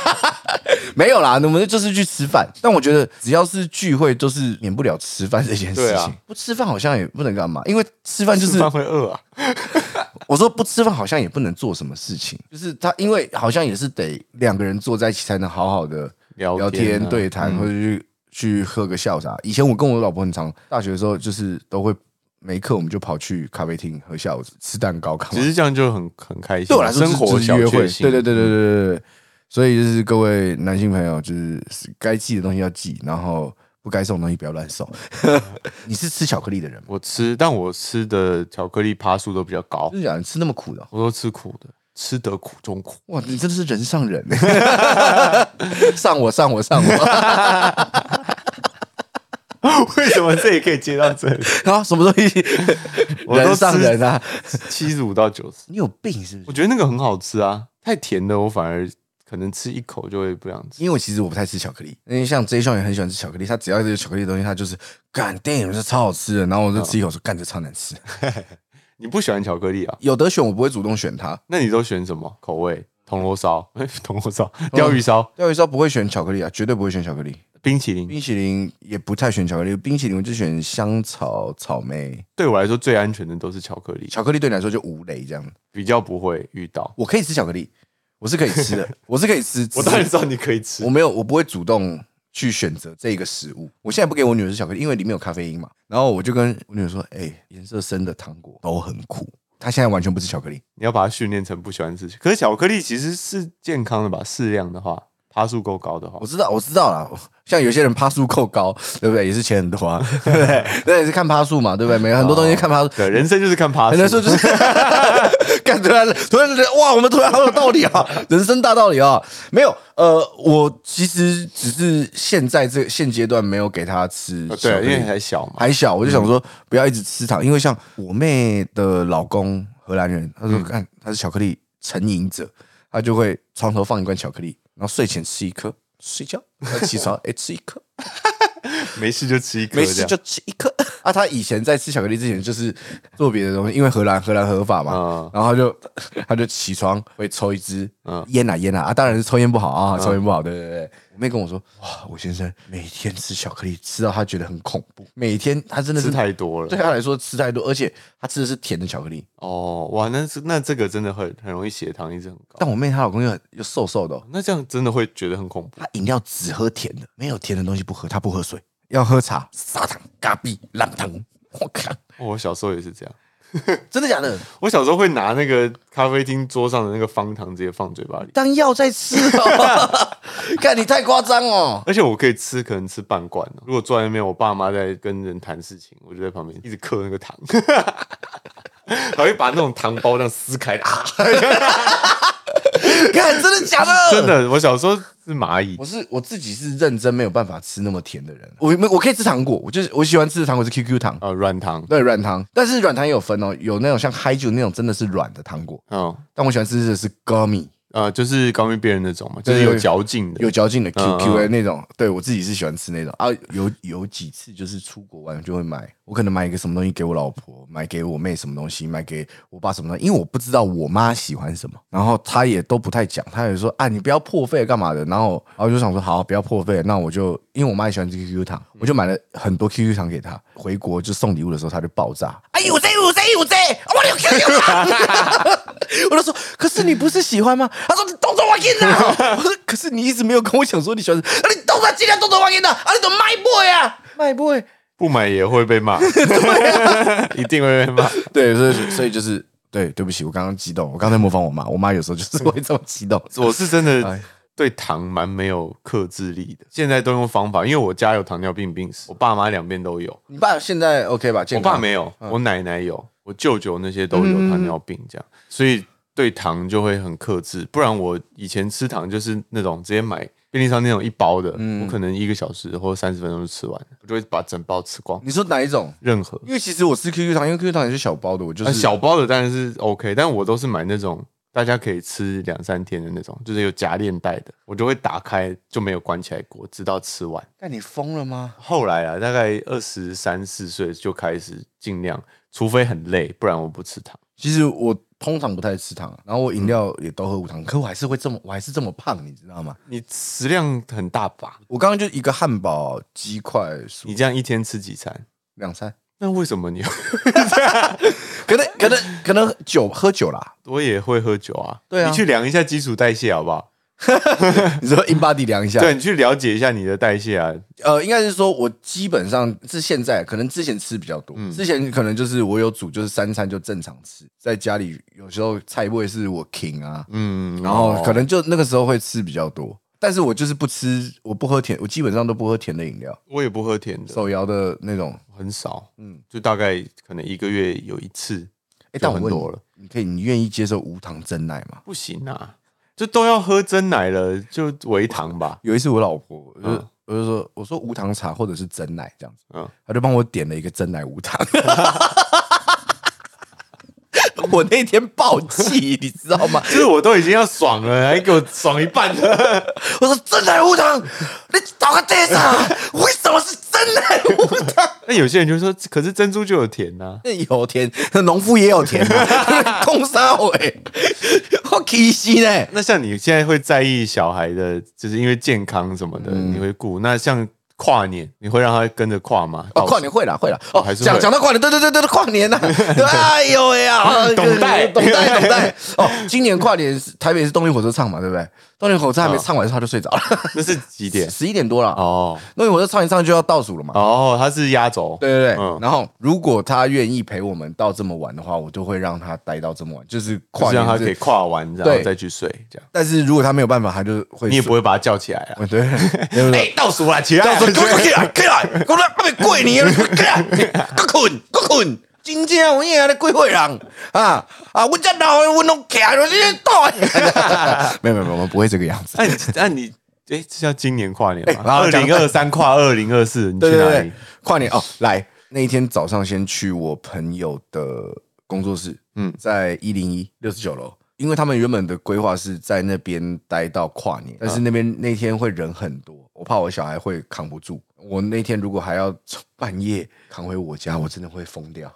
Speaker 1: [LAUGHS] 没有啦，我们就是去吃饭。但我觉得只要是聚会，都是免不了吃饭这件事
Speaker 2: 对
Speaker 1: 情。
Speaker 2: 啊
Speaker 1: 不吃饭好像也不能干嘛，因为吃饭就是
Speaker 2: 吃饭会饿啊，
Speaker 1: 我说不吃饭好像也不能做什么事情，就是他因为好像也是得两个人坐在一起才能好好的
Speaker 2: 聊
Speaker 1: 聊
Speaker 2: 天啊
Speaker 1: 天、对谈，或者去去喝个下午茶。以前我跟我老婆很常大学的时候，就是都会没课我们就跑去咖啡厅喝下午茶，吃蛋糕干
Speaker 2: 只
Speaker 1: 嘛。
Speaker 2: 是这样就很很开心。啊
Speaker 1: 对我来说，
Speaker 2: 生活
Speaker 1: 就是
Speaker 2: 小
Speaker 1: 约会。
Speaker 2: 确
Speaker 1: 对
Speaker 2: 幸。
Speaker 1: 对对对对对对。所以就是各位男性朋友，就是该记的东西要记，然后不该送的东西不要乱送。 [LAUGHS] 你是吃巧克力的人吗？
Speaker 2: 我吃，但我吃的巧克力趴数都比较高
Speaker 1: 真，的假的？你吃那么苦的哦、
Speaker 2: 我都吃苦的，吃得苦中
Speaker 1: [LAUGHS]
Speaker 2: 苦。
Speaker 1: 哇，你真的是人上人，欸 [LAUGHS] 上我上我上我， [LAUGHS]
Speaker 2: 为什么这也可以接到这里？
Speaker 1: 然后什么东西
Speaker 2: 我都
Speaker 1: 人上人啊？
Speaker 2: [LAUGHS] 七十五到九十，
Speaker 1: 你有病是不
Speaker 2: 我
Speaker 1: 是？
Speaker 2: 觉得那个很好吃啊，太甜的我反而可能吃一口就会不想吃。
Speaker 1: 因为其实我不太吃巧克力，因为像 J 校也很喜欢吃巧克力，他只要有巧克力的东西，他就是干 damn 这超好吃的，然后我就吃一口说干这超难吃。
Speaker 2: 你不喜欢巧克力啊？
Speaker 1: 有得选我不会主动选它，
Speaker 2: 那你都选什么口味？铜锣烧、 [LAUGHS] 铜锣烧、鲷鱼烧、
Speaker 1: 钓鱼烧不会选巧克力啊，绝对不会选巧克力。
Speaker 2: 冰淇淋，
Speaker 1: 冰淇淋也不太选巧克力，冰淇淋我就选香草草莓，
Speaker 2: 对我来说最安全的都是巧克力，
Speaker 1: 巧克力对你来说就无雷这样。
Speaker 2: 比较不会遇到。
Speaker 1: 我可以吃巧克力，我是可以吃的，我是可以 [LAUGHS] 吃。
Speaker 2: 我
Speaker 1: 只是
Speaker 2: 当然知道你可以吃
Speaker 1: 我，没有，我不会主动去选择这个食物。我现在不给我女儿吃巧克力，因为里面有咖啡因嘛。然后我就跟我女儿说：“哎、颜色深的糖果都很苦。”她现在完全不吃巧克力，
Speaker 2: 你要把它训练成不喜欢吃。可是巧克力其实是健康的吧？适量的话，趴数够高的话
Speaker 1: 我，知道，我知道啦。像有些人趴数够高，对不对？也是钱很多啊，对不对？那也是看趴数嘛，对不对？每个很多东西看趴数。
Speaker 2: 哦对，人生就是看趴
Speaker 1: 很
Speaker 2: 数
Speaker 1: 多。时
Speaker 2: [LAUGHS]
Speaker 1: 候就是干突然突然觉得哇，我们突然好有道理啊，人生大道理啊。没有，呃，我其实只是现在这现阶段没有给她吃巧克
Speaker 2: 哦对，
Speaker 1: 力，
Speaker 2: 因为还小嘛。嗯
Speaker 1: 还小，我就想说不要一直吃糖，因为像我妹的老公荷兰人，他说
Speaker 2: 嗯
Speaker 1: 看他是巧克力成瘾者，他就会床头放一罐巧克力，然后睡前吃一颗，睡觉，他
Speaker 2: [LAUGHS]
Speaker 1: 起床哎吃一颗，
Speaker 2: 没事就吃一颗，
Speaker 1: 没事就吃一
Speaker 2: [LAUGHS]
Speaker 1: 颗。啊，他以前在吃巧克力之前就是做别的东西，因为荷兰荷兰合法嘛
Speaker 2: 嗯，
Speaker 1: 然后他就他就起床会抽一支
Speaker 2: 嗯
Speaker 1: 烟啊烟啊啊，当然是抽烟不好啊，抽烟不好，对对对。我妹跟我说，哇，我先生每天吃巧克力，吃到他觉得很恐怖，每天他真的是
Speaker 2: 吃太多了。
Speaker 1: 对他来说吃太多，而且他吃的是甜的巧克力。
Speaker 2: 哦，哇，那是那这个真的很很容易血糖一直很高。
Speaker 1: 但我妹她老公又很又瘦瘦的、哦，
Speaker 2: 那这样真的会觉得很恐怖。
Speaker 1: 她饮料只喝甜的，没有甜的东西不喝，她不喝水，要喝茶、砂糖、咖啡、蓝糖。我靠，
Speaker 2: 哦我小时候也是这样，
Speaker 1: 真的假的？
Speaker 2: 我小时候会拿那个咖啡厅桌上的那个方糖直接放嘴巴里。
Speaker 1: 当药在吃、哦， [LAUGHS] 看你太夸张哦。
Speaker 2: 而且我可以吃，可能吃半罐哦。如果坐在那边，我爸妈在跟人谈事情，我就在旁边一直嗑那个糖， [LAUGHS] 还会把那种糖包这样撕开 [LAUGHS] 啊！
Speaker 1: [LAUGHS] 看，真的假的？
Speaker 2: 真。的，我小时候是蚂蚁
Speaker 1: 我，是我自己是认真没有办法吃那么甜的人，我没我可以吃糖果，我就是我喜欢吃的糖果是 QQ 糖，
Speaker 2: 呃，软糖，
Speaker 1: 对软糖，但是软糖也有分哦，有那种像嗨酒那种真的是软的糖果，
Speaker 2: 嗯，
Speaker 1: 但我喜欢吃的是 gummy
Speaker 2: 呃，就是高明别人那种嘛，就是
Speaker 1: 对
Speaker 2: 有
Speaker 1: 对
Speaker 2: 嚼劲的，
Speaker 1: 有嚼劲的 QQ
Speaker 2: 嗯
Speaker 1: 的那种，对我自己是喜欢吃那种啊。有有几次就是出国玩就会买，我可能买一个什么东西给我老婆，买给我妹什么东西，买给我爸什么东西，因为我不知道我妈喜欢什么，然后她也都不太讲，她也说啊你不要破费干嘛的，然后然后我就想说好不要破费，那我就因为我妈也喜欢吃 QQ 糖，我就买了很多 QQ 糖给她，回国就送礼物的时候她就爆炸，哎有这有这有这，我有 QQ [LAUGHS] 糖。我就说，可是你不是喜 [LAUGHS] 欢吗？他说你动作玩音 [LAUGHS] 呐。我说，可是你一直没有跟我讲说你喜欢什么，啊，你动作尽量动作玩音呐。啊，你怎么卖 boy 啊？卖 boy，
Speaker 2: 不买也会被
Speaker 1: [LAUGHS]
Speaker 2: 骂，
Speaker 1: 啊
Speaker 2: [LAUGHS] 一定会被骂。
Speaker 1: 对，所以所以就是对，对不起，我刚刚激动，我刚才模仿我妈，我妈有时候就是会这么激动。
Speaker 2: 我是真的
Speaker 1: [LAUGHS] 哎
Speaker 2: 对糖蛮没有克制力的，现在都用方法，因为我家有糖尿病病史，我爸妈两边都有，
Speaker 1: 你爸现在 OK 吧？健
Speaker 2: 我
Speaker 1: 康嗯
Speaker 2: 爸没有，我奶奶有，我舅舅那些都有糖尿病这样，所以对糖就会很克制，不然我以前吃糖就是那种直接买便利商店那种一包的，
Speaker 1: 嗯
Speaker 2: 我可能一个小时或三十分钟就吃完了，我就会把整包吃光，
Speaker 1: 你说哪一种？
Speaker 2: 任何。
Speaker 1: 因为其实我吃 QQ 糖，因为 QQ 糖也是小包的，我就是、
Speaker 2: 啊小包的当然是 OK，但我都是买那种大家可以吃两三天的那种，就是有夹链袋的，我就会打开就没有关起来过，直到吃完。
Speaker 1: 干你疯了吗？
Speaker 2: 后来啊，大概二十三四岁就开始尽量，除非很累，不然我不吃糖。
Speaker 1: 其实我通常不太吃糖，然后我饮料也都喝无糖，可我还是会这么，我还是这么胖，你知道吗？
Speaker 2: 你食量很大吧？
Speaker 1: 我刚刚就一个汉堡、鸡块、薯
Speaker 2: 你这样一天吃几餐？
Speaker 1: 两餐。
Speaker 2: 那为什么你？ [LAUGHS]
Speaker 1: 可能可 [LAUGHS] 能可能酒喝酒啦，
Speaker 2: 我也会喝酒啊，
Speaker 1: 对啊
Speaker 2: 你去量一下基础代谢好不好？
Speaker 1: 你说 in body 量一下，
Speaker 2: 对，，你去了解一下你的代谢啊。
Speaker 1: 呃，应该是说我基本上是现在可能之前吃比较多，之前可能就是我有煮就是三餐就正常吃，在家里有时候菜味是我 king 啊，
Speaker 2: 嗯，
Speaker 1: 然后可能就那个时候会吃比较多，但是我就是不吃，我不喝甜，我基本上都不喝甜的饮料，
Speaker 2: 我也不喝甜的，
Speaker 1: 手摇的那种。
Speaker 2: 很少，
Speaker 1: 嗯
Speaker 2: 嗯，就大概可能一个月有一次，
Speaker 1: 哎，
Speaker 2: 就
Speaker 1: 但我
Speaker 2: 很
Speaker 1: 问
Speaker 2: 多了，
Speaker 1: 你，你可以，你愿意接受无糖真奶吗？
Speaker 2: 不行啊，就都要喝真奶了，就微糖 [LAUGHS] 吧，
Speaker 1: 有一次我老婆，我就、
Speaker 2: 嗯
Speaker 1: 我就说，我说无糖茶或者是真奶这样子，
Speaker 2: 嗯
Speaker 1: 她就帮我点了一个真奶
Speaker 2: [LAUGHS]
Speaker 1: 无糖。我那天暴气，你知道吗？
Speaker 2: 就是我都已经要爽了，还给我爽一半了，
Speaker 1: 我说真奶无糖，你找个地上，为什么是真奶无糖？
Speaker 2: [LAUGHS] 那有些人就说，可是珍珠就有甜啊呐、
Speaker 1: 有甜，农夫也有甜嘛， [LAUGHS] 空沙尾，我气死呢！
Speaker 2: 那像你现在会在意小孩的，就是因为健康什么的，你会顾。那像跨年，你会让他跟着跨吗？
Speaker 1: 哦，跨年会啦，会啦。
Speaker 2: 哦
Speaker 1: 哦
Speaker 2: 还，是会
Speaker 1: 讲讲到跨年，对对对对，跨
Speaker 2: [LAUGHS]
Speaker 1: 年呐、啊！哎呦喂呀，
Speaker 2: 懂带
Speaker 1: 懂带，懂
Speaker 2: [LAUGHS]
Speaker 1: 带。哦，今年跨年是台北是动力火车唱嘛，对不对？动力火车还没唱完，他就睡着了，
Speaker 2: 哦那是几 [LAUGHS] 点？
Speaker 1: [LAUGHS] 十一点多了。
Speaker 2: 哦
Speaker 1: 动力火车唱一唱就要倒数了嘛。
Speaker 2: 哦，他是压轴，
Speaker 1: 对对对
Speaker 2: 嗯，
Speaker 1: 然后如果他愿意陪我们到这么晚的话，我就会让他待到这么晚，就是
Speaker 2: 就
Speaker 1: 跨
Speaker 2: 是让他
Speaker 1: 年
Speaker 2: 可以
Speaker 1: 是。
Speaker 2: 跨完，然后
Speaker 1: 对
Speaker 2: 再去睡，这样
Speaker 1: 但是如果他没有办法，他就会
Speaker 2: 你也
Speaker 1: 睡
Speaker 2: 不会把他叫起来啊。
Speaker 1: [LAUGHS] 对，对不
Speaker 2: [LAUGHS]
Speaker 1: 对？
Speaker 2: 哎，倒数啦，起来
Speaker 1: 到
Speaker 2: 啊，
Speaker 1: 时候起来起 [LAUGHS] 来起来，我来阿袂过年，起来， [LAUGHS] 搁困搁困，真正有影咧过岁人啊啊！阮遮老的，阮拢徛着这倒。 [LAUGHS] 没有没有，我们不会这个样
Speaker 2: [LAUGHS]
Speaker 1: 子。
Speaker 2: 那你那你哎，这叫今年跨年吗？
Speaker 1: 然
Speaker 2: 哎二
Speaker 1: 后讲
Speaker 2: 零二三跨二零二四，你去
Speaker 1: 对
Speaker 2: 哪
Speaker 1: 对
Speaker 2: 里
Speaker 1: 对？，跨年哦，来那一天早上先去我朋友的工作室，嗯
Speaker 2: 嗯，
Speaker 1: 在一零一六十九楼。因为他们原本的规划是在那边待到跨年，但是
Speaker 2: 嗯
Speaker 1: 那边那天会人很多，我怕我小孩会扛不住。我那天如果还要半夜扛回我家，我真的会疯掉。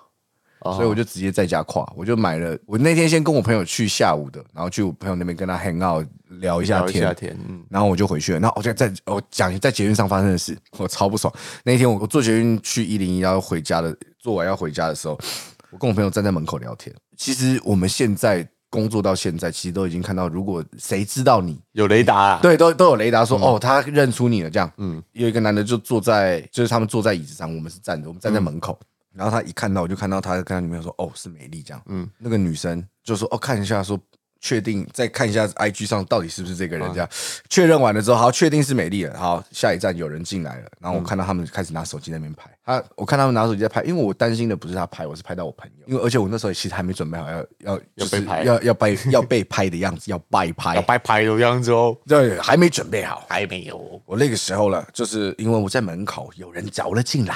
Speaker 2: 哦
Speaker 1: 所以我就直接在家跨，我就买了。我那天先跟我朋友去下午的，然后去我朋友那边跟他 hang out 聊一下
Speaker 2: 聊一
Speaker 1: 天，
Speaker 2: 下天，嗯，
Speaker 1: 然后我就回去了。然后我就在我讲在捷运上发生的事，我超不爽。那一天我我坐捷运去一零一，然后回家的，做完要回家的时候，我跟我朋友站在门口聊天。其实我们现在工作到现在，其实都已经看到，如果谁知道你
Speaker 2: 有雷达啊，
Speaker 1: 对，都都有雷达说、哦，他认出你了，这样。嗯
Speaker 2: 嗯，
Speaker 1: 有一个男的就坐在，就是他们坐在椅子上，我们是站着，我们站在门口。然后他一看到，我就看到他跟他女朋友说：“哦，是美丽。”这样，嗯
Speaker 2: 嗯，
Speaker 1: 那个女生就说：“哦，看一下，说确定，再看一下 IG 上到底是不是这个
Speaker 2: 啊
Speaker 1: 人，这样确认完了之后，好，确定是美丽了，好，下一站有人进来了，
Speaker 2: 嗯
Speaker 1: 然后我看到他们开始拿手机那边拍，他我看他们拿手机在拍，因为我担心的不是他拍，我是拍到我朋友，因为而且我那时候其实还没准备好要要
Speaker 2: 嗯要
Speaker 1: 就
Speaker 2: 被
Speaker 1: 是
Speaker 2: 拍
Speaker 1: 要要被要被拍的样子，要被拍
Speaker 2: 要，拜拍的样子哦，
Speaker 1: 对，还没准备好，
Speaker 2: 还没有，
Speaker 1: 我那个时候了，就是因为我在门口有人找了进来，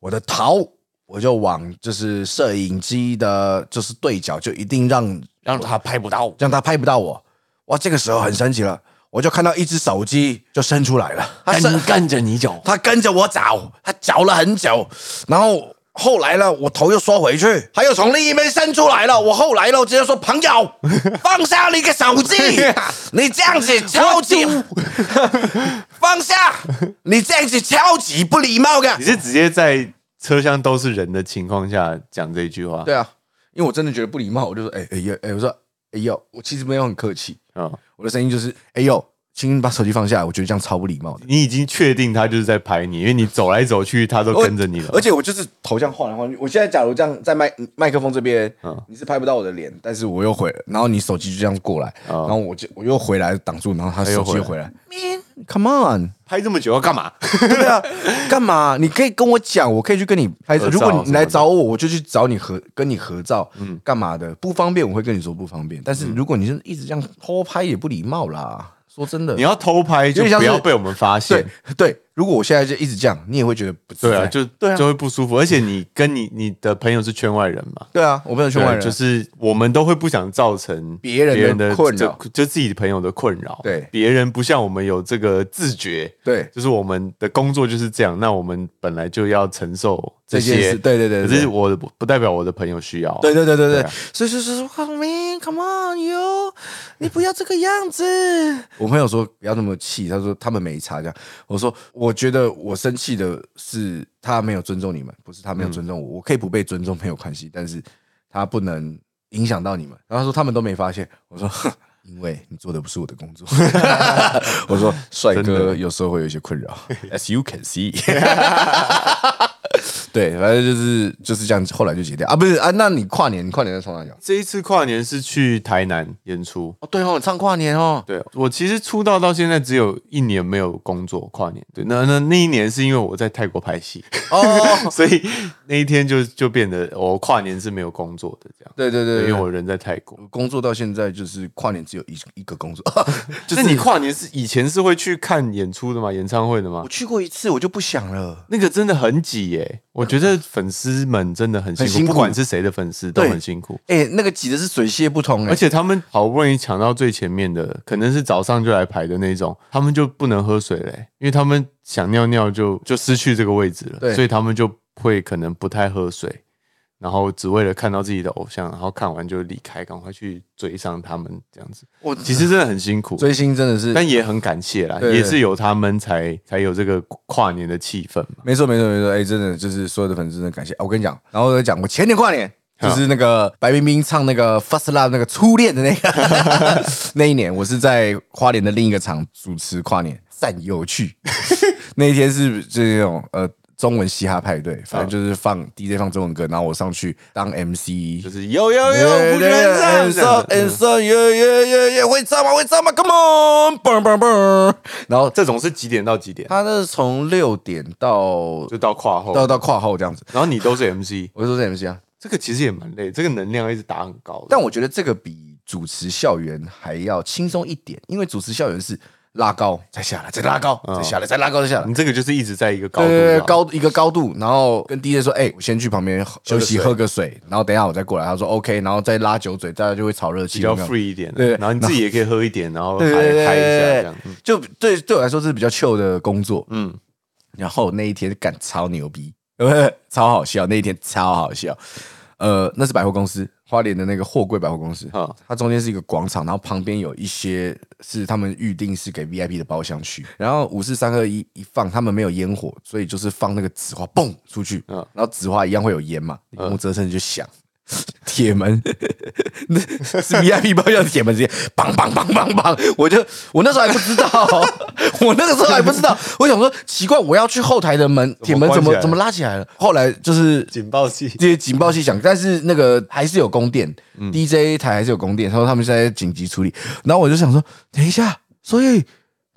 Speaker 1: 我的头我就往就是摄影机的，就是对角，就一定让
Speaker 2: 让他拍不到。
Speaker 1: 让他拍不到我。哇，这个时候很神奇了，我就看到一只手机就伸出来了，它伸
Speaker 2: 干干着你脚，
Speaker 1: 他跟着我找，他找了很久，然后后来呢，我头又缩回去，他又从另一边伸出来了。我后来呢，我直接说：“朋 [LAUGHS] 友，放下你的手 [LAUGHS] 机，你这样子超级 [LAUGHS] 放下，你这样子超级不礼貌的
Speaker 2: 你。是直接在车厢都是人的情况下讲这句”话？，
Speaker 1: 对啊，因为我真的觉得不礼貌，我就说：“哎哎呦哎，我说哎呦，我其实没有很客气，
Speaker 2: 嗯，
Speaker 1: 我的声音就是哎呦，请你把手机放下，我觉得这样超不礼貌的。”
Speaker 2: 你已经确定他就是在拍你，因为你走来走去，他都跟着你了
Speaker 1: 而。且我就是头这样晃来晃去。我现在假如这样在麦麦克风这边，
Speaker 2: 嗯
Speaker 1: 你是拍不到我的脸，但是我又回，然后你手机就这样过来，
Speaker 2: 嗯
Speaker 1: 然后我就我又回来挡住，然后他手机又回来。Man, come on！ [LAUGHS]
Speaker 2: 拍这么久要干嘛？
Speaker 1: 对啊，干嘛？你可以跟我讲，我可以去跟你拍照。
Speaker 2: 合照
Speaker 1: 如果你来找我，我就去找你合跟你合照，
Speaker 2: 嗯
Speaker 1: 干嘛的？不方便，我会跟你说不方便。但是如果你是一直这样偷拍，也不礼貌啦。说真
Speaker 2: [LAUGHS]
Speaker 1: 的
Speaker 2: 你，要偷拍就
Speaker 1: 有点像
Speaker 2: 不
Speaker 1: 是
Speaker 2: 要被我们发现
Speaker 1: 对。对，如果我现在就一直这样，你也会觉得不自
Speaker 2: 对
Speaker 1: 在。
Speaker 2: 啊，就
Speaker 1: 对啊
Speaker 2: 就会不舒服。而且你跟你你的朋友是圈外人嘛，
Speaker 1: 对啊，我没有去外人，
Speaker 2: 对就是我们都会不想造成
Speaker 1: 别人的
Speaker 2: 的
Speaker 1: 困扰
Speaker 2: 就，就自己的朋友的困扰。
Speaker 1: 对
Speaker 2: 别人不像我们有这个自觉，
Speaker 1: 对
Speaker 2: 就是我们的工作就是这样，那我们本来就要承受
Speaker 1: 这件
Speaker 2: 些
Speaker 1: 事，。对对对对
Speaker 2: 可
Speaker 1: 对
Speaker 2: 是我的不代表我的朋友需要啊。[LAUGHS]
Speaker 1: 对对对对对
Speaker 2: 对啊，
Speaker 1: 所以所以所以说，Come on，Come on，哟，你不要这个样子。我朋友说不要那么气，他说他们没差这样。我说我觉得我生气的是他没有尊重你们，不是他没有尊重我，我可以不被尊重没有关系，但是他不能影响到你们。然后他说他们都没发现，我说。哼因为你做的不是我的工作，我说帅
Speaker 2: 真
Speaker 1: 哥有时候会有一些困扰，as you can see 对，反正就是就是这样，后来就解掉啊，不是啊？那你跨年，你跨年在冲哪讲？
Speaker 2: 这一次跨年是去台南演出。
Speaker 1: 哦，对哦，唱跨年哦，
Speaker 2: 对我其实出道到现在只有一年没有工作跨年，对，那那那一年是因为我在泰国拍戏，
Speaker 1: 哦， [LAUGHS]
Speaker 2: [LAUGHS] 所以那一天就就变得我跨年是没有工作的这样，
Speaker 1: 对对
Speaker 2: 对
Speaker 1: 对，
Speaker 2: 因为
Speaker 1: 对
Speaker 2: 我人在泰国。
Speaker 1: 工作到现在就是跨年只有一一个工作， [LAUGHS]
Speaker 2: 就是呃你跨年是以前是会去看演出的吗？演唱会的吗
Speaker 1: 我？去过一次，我就不想了。
Speaker 2: 那个真的很挤耶、我觉得粉丝们真的很辛苦，
Speaker 1: 很辛苦
Speaker 2: 不管是谁的粉丝都
Speaker 1: 对
Speaker 2: 很辛苦。
Speaker 1: 哎、那个挤的是水泄不通、哎
Speaker 2: 而且他们好不容易抢到最前面的，可能是早上就来排的那种，他们就不能喝水嘞、因为他们想尿尿就就失去这个位置了，
Speaker 1: 对
Speaker 2: 所以他们就会可能不太喝水，然后只为了看到自己的偶像，然后看完就离开，赶快去追上他们这样子。
Speaker 1: 我
Speaker 2: 其实真的很辛苦，
Speaker 1: 追星真的是，
Speaker 2: 但也很感谢啦，
Speaker 1: 对对
Speaker 2: 也是有他们才才有这个跨年的气氛嘛。
Speaker 1: 没错没错没错，哎、真的就是所有的粉丝真的感谢。啊我跟你讲，然后再讲，我前年跨
Speaker 2: [LAUGHS]
Speaker 1: 年。就是那个白冰冰唱那个《First Love》那个初恋的那个 [LAUGHS] 那一年，我是在花莲的另一个场主持跨年，赞
Speaker 2: [LAUGHS]
Speaker 1: 有趣。那一天是就是那种呃中文嘻哈派对，反正
Speaker 2: 啊
Speaker 1: 就是放 DJ 放中文歌，然后我上去当 MC，
Speaker 2: 就是有有
Speaker 1: 哎呦，
Speaker 2: 有，
Speaker 1: 不
Speaker 2: 不能
Speaker 1: 能
Speaker 2: 这样
Speaker 1: 上，
Speaker 2: 这样
Speaker 1: 嗯
Speaker 2: 子，
Speaker 1: 上，耶耶耶耶，会唱吗？会唱吗？Come on，嘣嘣嘣！然后
Speaker 2: 这种是几点到几点？
Speaker 1: 他那是从六点到
Speaker 2: 就到跨后，
Speaker 1: 到到跨后这样子，
Speaker 2: 然后你都是 MC，
Speaker 1: 我就说这 MC 啊。
Speaker 2: 这个其实也蛮累，这个能量一直打很高的。
Speaker 1: 但我觉得这个比主持校园还要轻松一点，因为主持校园是拉高再下来，再拉高再下来，再拉高再下来。
Speaker 2: 你这个就是一直在一个高
Speaker 1: 对
Speaker 2: 度
Speaker 1: 对对，
Speaker 2: 上，
Speaker 1: 高一个高度，然后跟 DJ 说：“哎、我先去旁边休息，喝个水，然后等一下我再过来。”他说：“OK。”然后再拉酒嘴，大家就会吵热气，
Speaker 2: 比较
Speaker 1: 有没有
Speaker 2: free 一点。
Speaker 1: 啊
Speaker 2: 啊
Speaker 1: 对对
Speaker 2: 然后你自己也可以喝一点，然后嗨
Speaker 1: 对对对
Speaker 2: 嗨一下
Speaker 1: 对
Speaker 2: 这样。嗯
Speaker 1: 就对对我来说是比较 chill 的工作。
Speaker 2: 嗯，
Speaker 1: 然后那一天干超牛逼，呃，超好笑，那一天超好笑。呃，那是百货公司，花莲的那个货柜百货公司，
Speaker 2: 好，
Speaker 1: 它中间是一个广场，然后旁边有一些是他们预定是给 VIP 的包厢区，然后五四三二一一放，他们没有烟火，所以就是放那个纸花蹦出去，
Speaker 2: 嗯
Speaker 1: 然后纸花一样会有烟嘛，李木哲声就响，铁门， [LAUGHS] 那是 VIP 包厢的铁门直接梆梆梆梆梆，我就我那时候还不知道， [LAUGHS] 我那个时候还不知道，我想说奇怪，我要去后台的门，铁门
Speaker 2: 关
Speaker 1: 怎
Speaker 2: 起
Speaker 1: 么
Speaker 2: 来
Speaker 1: 怎么拉起来了？后来就是
Speaker 2: 警报器
Speaker 1: 这些警报器响，但是那个还是有供电、d j 台还是有供电。他说他们现在紧急处理，然后我就想说，等一下，所以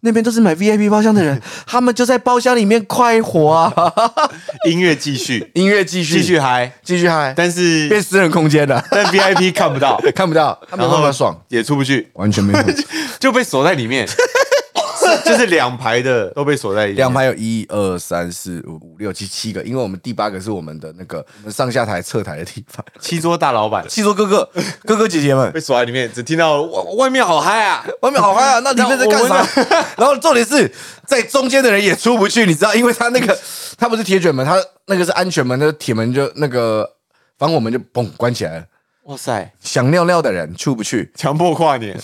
Speaker 1: 那边都是买 VIP 包厢的 [LAUGHS] 人，他们就在包厢里面快活啊！
Speaker 2: 音乐继续
Speaker 1: [LAUGHS] 音乐继续
Speaker 2: 继续嗨，
Speaker 1: 继续嗨，
Speaker 2: 但是
Speaker 1: 变私人空间 [LAUGHS] 了，
Speaker 2: 但 VIP 看不到，
Speaker 1: 看不到，他们
Speaker 2: 然
Speaker 1: 那
Speaker 2: 后
Speaker 1: 么爽，
Speaker 2: 也出不去，
Speaker 1: 完全 [LAUGHS] 没有
Speaker 2: 就被锁在里 [LAUGHS] 面，就是两排的都被锁在里面
Speaker 1: 两。排有一二三四五五六七七个，因为我们第八个是我们的那个我们上下台侧台的地方。
Speaker 2: 七桌大老板
Speaker 1: [LAUGHS] 细说哥哥哥哥姐姐们，
Speaker 2: 被锁在里面，只听到外外面好嗨啊！
Speaker 1: [LAUGHS] 外面好嗨 [LAUGHS] 啊！那里面在干
Speaker 2: 那我
Speaker 1: 啥？ [LAUGHS] 然后重点是在中间的人也出不去，你知道，因为他那个 [LAUGHS] 他不是铁卷门，他那个是安全门，那个铁门就那个防火门就砰关起来了。
Speaker 2: 哇塞，
Speaker 1: 想尿尿的人出不去， [LAUGHS]
Speaker 2: 强迫跨年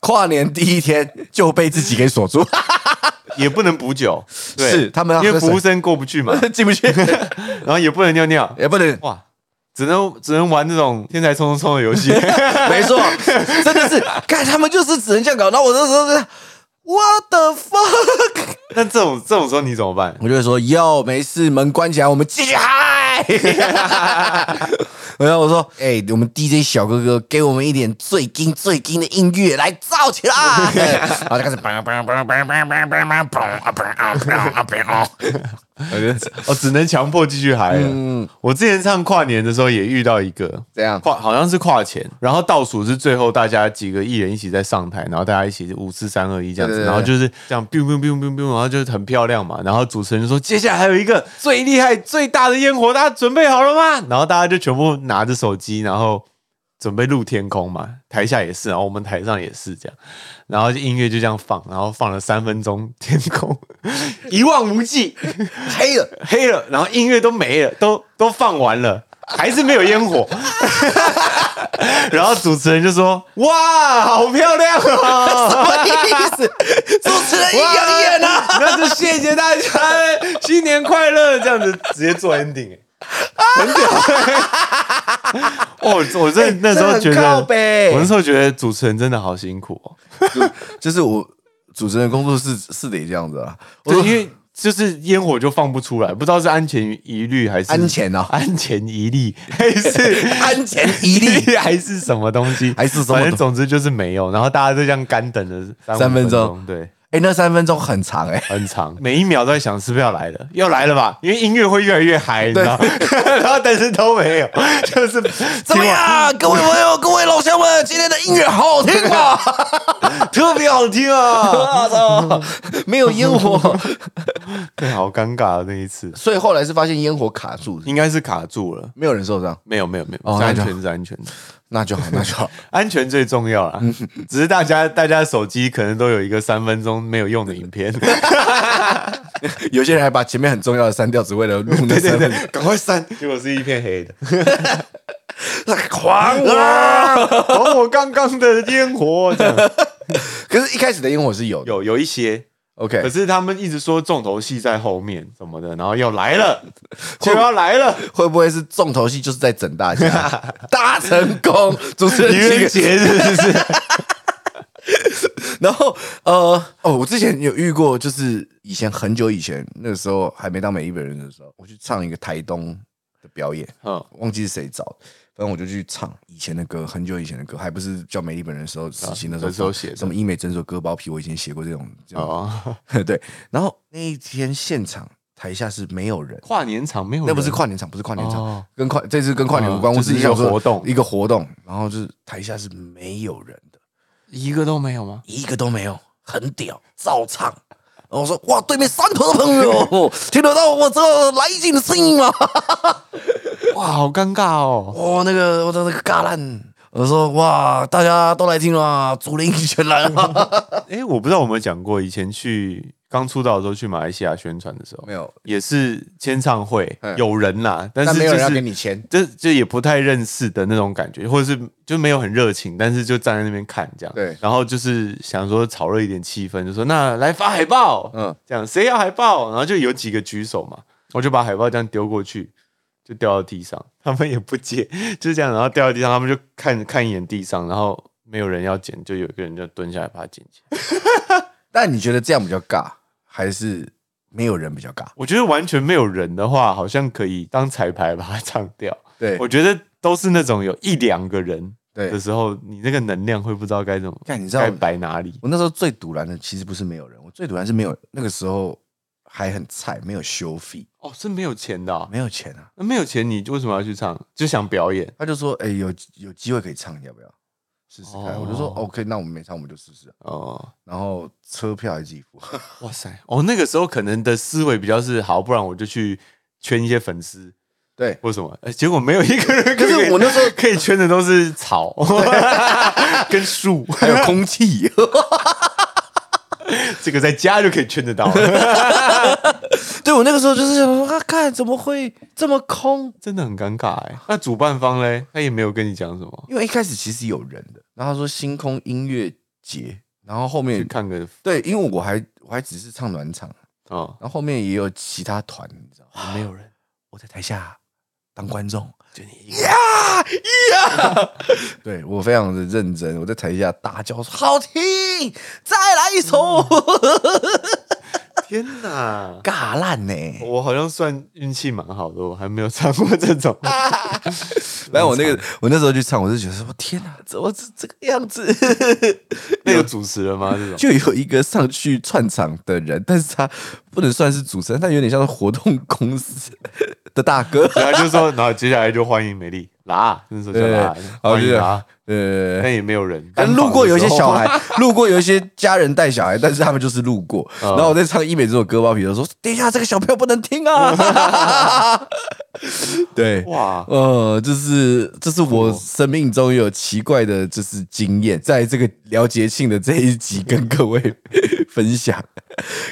Speaker 1: 跨年第一天就被自己给锁 [LAUGHS] 住，
Speaker 2: 也不能补酒，对
Speaker 1: 是他们要
Speaker 2: 因为
Speaker 1: 喝
Speaker 2: 服
Speaker 1: 水
Speaker 2: 务生过不去 [LAUGHS] 嘛，
Speaker 1: 进不去，
Speaker 2: 然后也不能尿尿，
Speaker 1: [LAUGHS] 也不能。
Speaker 2: 哇，只能只能玩那种天才冲冲冲的游戏。 [LAUGHS]
Speaker 1: [LAUGHS] 没错，真的是，看他们就是只能这样搞。然后我那时候是，What the fuck？
Speaker 2: 那这种这种时候你怎么办？
Speaker 1: 我就会说哟，没事，门关起来，我们继续 [LAUGHS] 嗨。然后我说，哎、我们 DJ 小哥哥给我们一点最金最金的音乐来燥起 [LAUGHS] 来。然后就开始砰砰砰砰砰砰砰砰啊砰啊砰啊砰啊！
Speaker 2: 哦，只能强迫继续嗨了。
Speaker 1: 嗯
Speaker 2: 我之前唱跨年的时候也遇到一个。
Speaker 1: 这样
Speaker 2: 跨好像是跨前，然后倒数是最后，大家几个艺人一起在上台，然后大家一起五四三二一这样子，
Speaker 1: 对对对
Speaker 2: 然后就是这样 biu biu biu biu biu，然后就是很漂亮嘛。然后主持人就说，接下来还有一个最厉害最大的烟火，大家准备好了吗？然后大家就全部拿着手机，然后准备录天空嘛，台下也是，啊然后我们台上也是这样，然后就音乐就这样放，然后放了三分钟，天空 [LAUGHS] 一望无际，
Speaker 1: 黑了，
Speaker 2: 黑了，然后音乐都没了，都都放完
Speaker 1: [LAUGHS]
Speaker 2: 了，还是没有烟火。 [LAUGHS] 然后主持人就说：“哇，好漂亮
Speaker 1: [LAUGHS]
Speaker 2: 啊！
Speaker 1: 什么意思？主持人一
Speaker 2: 哇
Speaker 1: 养眼啊！！
Speaker 2: 那就谢谢大家，新年快乐！这样子直接做 ending，哎很屌。 [LAUGHS] 哦，我真的那时候觉
Speaker 1: 哎这很靠
Speaker 2: 得，
Speaker 1: 北
Speaker 2: 我那时候觉得主持人真的好辛苦哦，
Speaker 1: 就是我主持人工作是是得这样子啊，
Speaker 2: 对，因为就是烟火就放不出来，不知道是安全疑虑还是
Speaker 1: 安全啊
Speaker 2: 安全疑虑还
Speaker 1: [LAUGHS]
Speaker 2: 是
Speaker 1: 安全一力
Speaker 2: [LAUGHS] 还是什么东西，
Speaker 1: 还是什么东
Speaker 2: 反正总之就是没有。然后大家就这样干等了三
Speaker 1: 三
Speaker 2: 五分
Speaker 1: 分钟
Speaker 2: 对，
Speaker 1: [LAUGHS] 哎、那三分钟很长哎、
Speaker 2: 很长，每一秒都在想是不是要来了，要来了吧？因为音乐会越来越嗨，你知道吗？ [LAUGHS] 然后但是都没有， [LAUGHS] 就是
Speaker 1: 怎么
Speaker 2: 今
Speaker 1: 样，各位朋 [LAUGHS] 友、各位老乡们，今天的音乐好听吗？
Speaker 2: 晚特别好听啊！
Speaker 1: 我操， [LAUGHS] 没有烟火，
Speaker 2: [LAUGHS] 对，好尴尬啊那一次，
Speaker 1: 所以后来是发现烟火卡住，
Speaker 2: 应该是卡住了。
Speaker 1: 没有人受伤，
Speaker 2: 没有没有没有，
Speaker 1: 哦
Speaker 2: 是
Speaker 1: 那
Speaker 2: 安
Speaker 1: 就
Speaker 2: 全是安全的，
Speaker 1: 那 [LAUGHS] 就好，那就好。
Speaker 2: 安全最重要啦。只是大家大家手机可能都有一个三分钟没有用的影 [LAUGHS] 片，
Speaker 1: 有些人还把前面很重要的删掉，只为了录
Speaker 2: [LAUGHS]
Speaker 1: 那三分钟，
Speaker 2: 赶快删，结果是一片黑的。
Speaker 1: 狂啊！
Speaker 2: 啊！还我刚刚的烟火，这样
Speaker 1: [LAUGHS] 可是，一开始的烟火是有的。
Speaker 2: 有有一些，可
Speaker 1: OK，
Speaker 2: 是他们一直说重头戏在后面什么的，然后要来
Speaker 1: [LAUGHS]
Speaker 2: 了，就要来了，
Speaker 1: 会不会是重头戏就是在整大家？ [LAUGHS] 大成功，主持人
Speaker 2: 愚
Speaker 1: 几个
Speaker 2: 人节是不
Speaker 1: [LAUGHS]
Speaker 2: 是？
Speaker 1: 然后呃哦，我之前有遇过，就是以前很久以前，那个时候还没当美一本人的时候，我去唱一个台东的表演，
Speaker 2: 嗯，
Speaker 1: 忘记是谁找的，反正我就去唱以前的歌，很久以前的歌，还不是叫美一本人的时候，时期那时候
Speaker 2: 那时候写的
Speaker 1: 什么医美诊所割包皮，我以前写过这种，这种
Speaker 2: 哦，
Speaker 1: [LAUGHS] 对。然后那一天现场台下是没有人，
Speaker 2: 跨年场没有人，
Speaker 1: 那不是跨年场，不是跨年场，
Speaker 2: 哦
Speaker 1: 跟跨这次跟跨年无关，
Speaker 2: 哦就
Speaker 1: 我
Speaker 2: 是
Speaker 1: 只是想
Speaker 2: 一个
Speaker 1: 说
Speaker 2: 活动
Speaker 1: 一个活动，然后就是台下是没有人的。
Speaker 2: 一个都没有吗？
Speaker 1: 一个都没有，很屌，照唱。然后我说：“哇，对面山头的朋
Speaker 2: [LAUGHS]
Speaker 1: 友，听得到我这来劲的声音吗？
Speaker 2: 哇，好尴尬哦！
Speaker 1: 哇，那个我的那个嘎烂，我说哇，大家都来听啦，竹林全来 [LAUGHS] 了。
Speaker 2: 哎，我不知道我们讲过，以前去刚出道的时候去马来西亚宣传的时候，
Speaker 1: 没有，
Speaker 2: 也是签唱会
Speaker 1: 嗯
Speaker 2: 有人啦，但
Speaker 1: 但
Speaker 2: 是
Speaker 1: 没有
Speaker 2: 就
Speaker 1: 人要
Speaker 2: 是
Speaker 1: 给你钱。
Speaker 2: 就就也不太认识的那种感觉，或者是就没有很热情，但是就站在那边看这样。
Speaker 1: 对
Speaker 2: 然后就是想说炒热一点气氛，就说那来发海报，嗯
Speaker 1: 嗯，
Speaker 2: 这样谁要海报？然后就有几个举手嘛，我就把海报这样丢过去，就掉到地上， [LAUGHS] 他们也不捡，就是这样，然后掉到地上，他们就看看一眼地上，然后没有人要捡，就有一个人就蹲下来把它捡起来。
Speaker 1: 但你觉得这样比较尬，还是没有人比较尬？
Speaker 2: 我觉得完全没有人的话，好像可以当彩排把它 [LAUGHS] 唱掉。
Speaker 1: 对
Speaker 2: 我觉得都是那种有一两个人
Speaker 1: 对
Speaker 2: 的，时候，你那个能量会不知道该怎么，
Speaker 1: 看你知道
Speaker 2: 该摆哪里。
Speaker 1: 我那时候最堵然的其实不是没有人，我最堵然是没有那个时候还很菜，没有修费，
Speaker 2: 哦，是没有钱的、啊，
Speaker 1: 没有钱啊。
Speaker 2: 那没有钱你为什么要去唱？就想表演。
Speaker 1: 他就说：“哎、有有机会可以唱，你要不要试试看？”
Speaker 2: 哦
Speaker 1: 我就说：“OK，那我们没唱，我们就试试、啊。
Speaker 2: 哦，”
Speaker 1: 然后车票还自己付，
Speaker 2: 哇塞！哦，那个时候可能的思维比较是好，不然我就去圈一些粉丝
Speaker 1: [LAUGHS] 对。
Speaker 2: 或什么。呃结果没有一个人以，
Speaker 1: 可是我那时候
Speaker 2: [LAUGHS] 可以圈的都是
Speaker 1: [LAUGHS]
Speaker 2: 草跟树，
Speaker 1: 还有空气，
Speaker 2: 这个在家就可以圈得到，
Speaker 1: 对我那个时候就是想说啊，看怎么会这么空？
Speaker 2: 真的很尴尬哎。那主办方嘞，他也没有跟你讲什么，
Speaker 1: 因为一开始其实有人的，然后他说星空音乐节，然后后
Speaker 2: 去
Speaker 1: 面
Speaker 2: 看个
Speaker 1: 对，因为我还我还只是唱暖场，
Speaker 2: 哦，
Speaker 1: 然后后面也有其他团，你知道吗？
Speaker 2: 没有人，
Speaker 1: 我在台下当观众，
Speaker 2: 就你一个人。
Speaker 1: [LAUGHS] 对我非常的认真，我在台下大叫说好听，再来一首，
Speaker 2: 嗯
Speaker 1: [LAUGHS]
Speaker 2: 天哪！
Speaker 1: 尬烂呢。
Speaker 2: 我好像算运气蛮好的，我还没有唱过这种。
Speaker 1: 然后我那个我那时候去唱，我就觉得说天哪，怎么是这个样子？
Speaker 2: 那有主持人吗？这种
Speaker 1: 就有一个上去串场的人，但是他不能算是主持人，他有点像是活动公司的大哥。
Speaker 2: 然后就说，然后接下来就欢迎美丽拉，那时候叫拉，
Speaker 1: 好
Speaker 2: 欢
Speaker 1: 就
Speaker 2: 迎
Speaker 1: 是
Speaker 2: 拉，
Speaker 1: 呃，
Speaker 2: 但也没有人。
Speaker 1: 但路过有一些小
Speaker 2: 单
Speaker 1: 孩， [LAUGHS] 路过有一些家人带小孩，但是他们就是路过。然后我在唱《医美》这首歌，包皮的时候说：“等一下，这个小朋友不能听啊！” [LAUGHS] 对，
Speaker 2: 访的时候，哇，
Speaker 1: 呃，就是这是我生命中有奇怪的，就是经验，在这个聊节庆的这一集跟各位 [LAUGHS] 分享。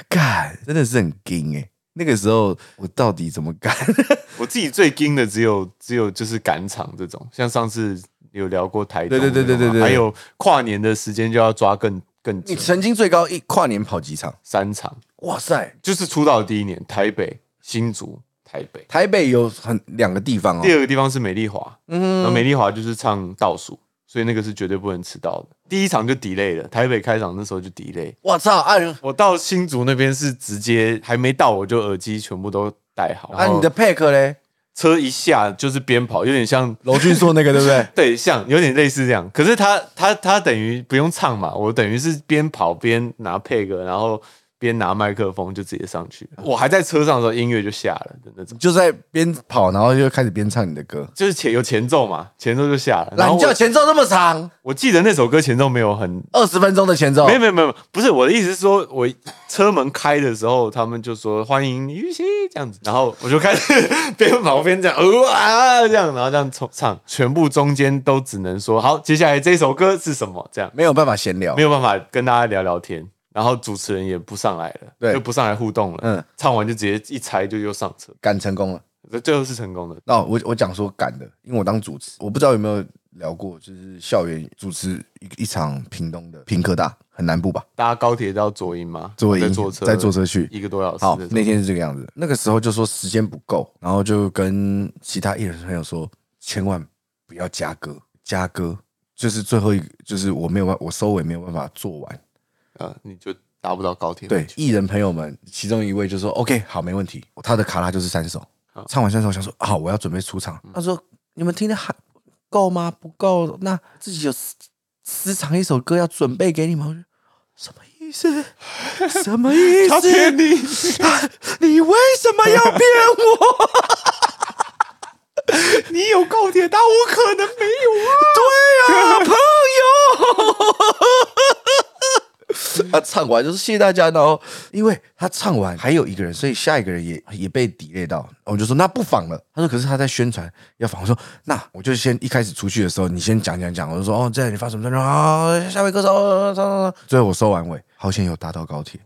Speaker 1: 干，真的是很惊哎、那个时候我到底怎么干？ [LAUGHS]
Speaker 2: 我自己最惊的只有只有就是赶场这种，像上次有聊过台东
Speaker 1: 对
Speaker 2: 那种
Speaker 1: 对
Speaker 2: 嘛，
Speaker 1: 对对对对
Speaker 2: 还有跨年的时间就要抓更更
Speaker 1: 你
Speaker 2: 紧，
Speaker 1: 曾经最高一跨年跑几场？
Speaker 2: 三场
Speaker 1: 哇塞，
Speaker 2: 就是出道第一年，台北、新竹、台北，
Speaker 1: 台北有很两个地方哦
Speaker 2: 第。二个地方是美丽华，然后
Speaker 1: 嗯，
Speaker 2: 美丽华就是唱倒数，所以那个是绝对不能迟到的。第一场就 delay 了，台北开场那时候就 delay。
Speaker 1: 我操，啊按
Speaker 2: 我到新竹那边是直接还没到，我就耳机全部都戴好。
Speaker 1: 啊，你的 pack 嘞？
Speaker 2: 车一下就是边跑，有点像，
Speaker 1: 娄俊硕那个对不对？
Speaker 2: 对，像有点类似这样。可是他他他等于不用唱嘛，我等于是边跑边拿 peg，然后边拿麦克风就直接上去。我还在车上的时候，音乐就下了的那种，
Speaker 1: [LAUGHS] 就在边跑，然后就开始边唱你的歌。
Speaker 2: 就是前有前奏嘛，前奏就下了。然后
Speaker 1: 懒觉
Speaker 2: 我
Speaker 1: 前奏那么长，
Speaker 2: 我记得那首歌前奏没有很
Speaker 1: 二十分钟的前奏
Speaker 2: 没，有没有没有，不是我的意思是说，我车门开的时候，他们就说欢迎于西这样子，然后我就开
Speaker 1: [LAUGHS]
Speaker 2: 始边跑边这样，呃啊这样，然后这样唱唱，全部中间都只能说好，接下来这首歌是什么，这样
Speaker 1: 没有办法闲聊
Speaker 2: 没。有办法跟大家聊聊天，然后主持人也不上来了，
Speaker 1: 对
Speaker 2: 就不上来互动了，
Speaker 1: 嗯
Speaker 2: 嗯，唱完就直接一猜就又上车，
Speaker 1: 赶成功了。
Speaker 2: 这最后是成功的，
Speaker 1: 那我我讲说赶的，因为我当主持，我不知道有没有聊过，就是校园主持一一场屏东的屏科大，很南部吧？
Speaker 2: 搭高铁到左营吗？
Speaker 1: 坐
Speaker 2: 在
Speaker 1: 在
Speaker 2: 坐车，
Speaker 1: 在坐车去。
Speaker 2: 一个多小时，
Speaker 1: 好，那哦天是这个样子。那个时候就说时间不够，然后就跟其他艺人朋友说，千万不要加歌，加歌就是最后一个，就是我没有办，我收尾没有办法做完。
Speaker 2: 啊，你就搭不到高铁，
Speaker 1: 对，艺人朋友们，其中一位就说：“OK，好，没问题。”他的卡拉就是三首
Speaker 2: 好，
Speaker 1: 唱完三首，我想说：“好，我要准备出场。”嗯他说：“你们听的还够吗？不够，那自己有私私藏一首歌要准备给你们。”我就什么意 [LAUGHS] 思？什么意
Speaker 2: 他骗
Speaker 1: 思？
Speaker 2: 你。
Speaker 1: 啊 [LAUGHS] 你为什么要骗我？ [LAUGHS]
Speaker 2: 你有高铁搭，我可能没有啊。
Speaker 1: 对 [LAUGHS] 啊，朋友。他呃唱完就是谢谢大家，然后因为他唱完还有一个人，所以下一个人也也被 delay 到，我就说那不访了。他说可是他在宣传要访，我说那我就先一开始出去的时候你先讲讲讲，我就说哦这样你发什么专辑啊？下位歌手，唱唱唱。最后我收完尾，好险有搭到高铁。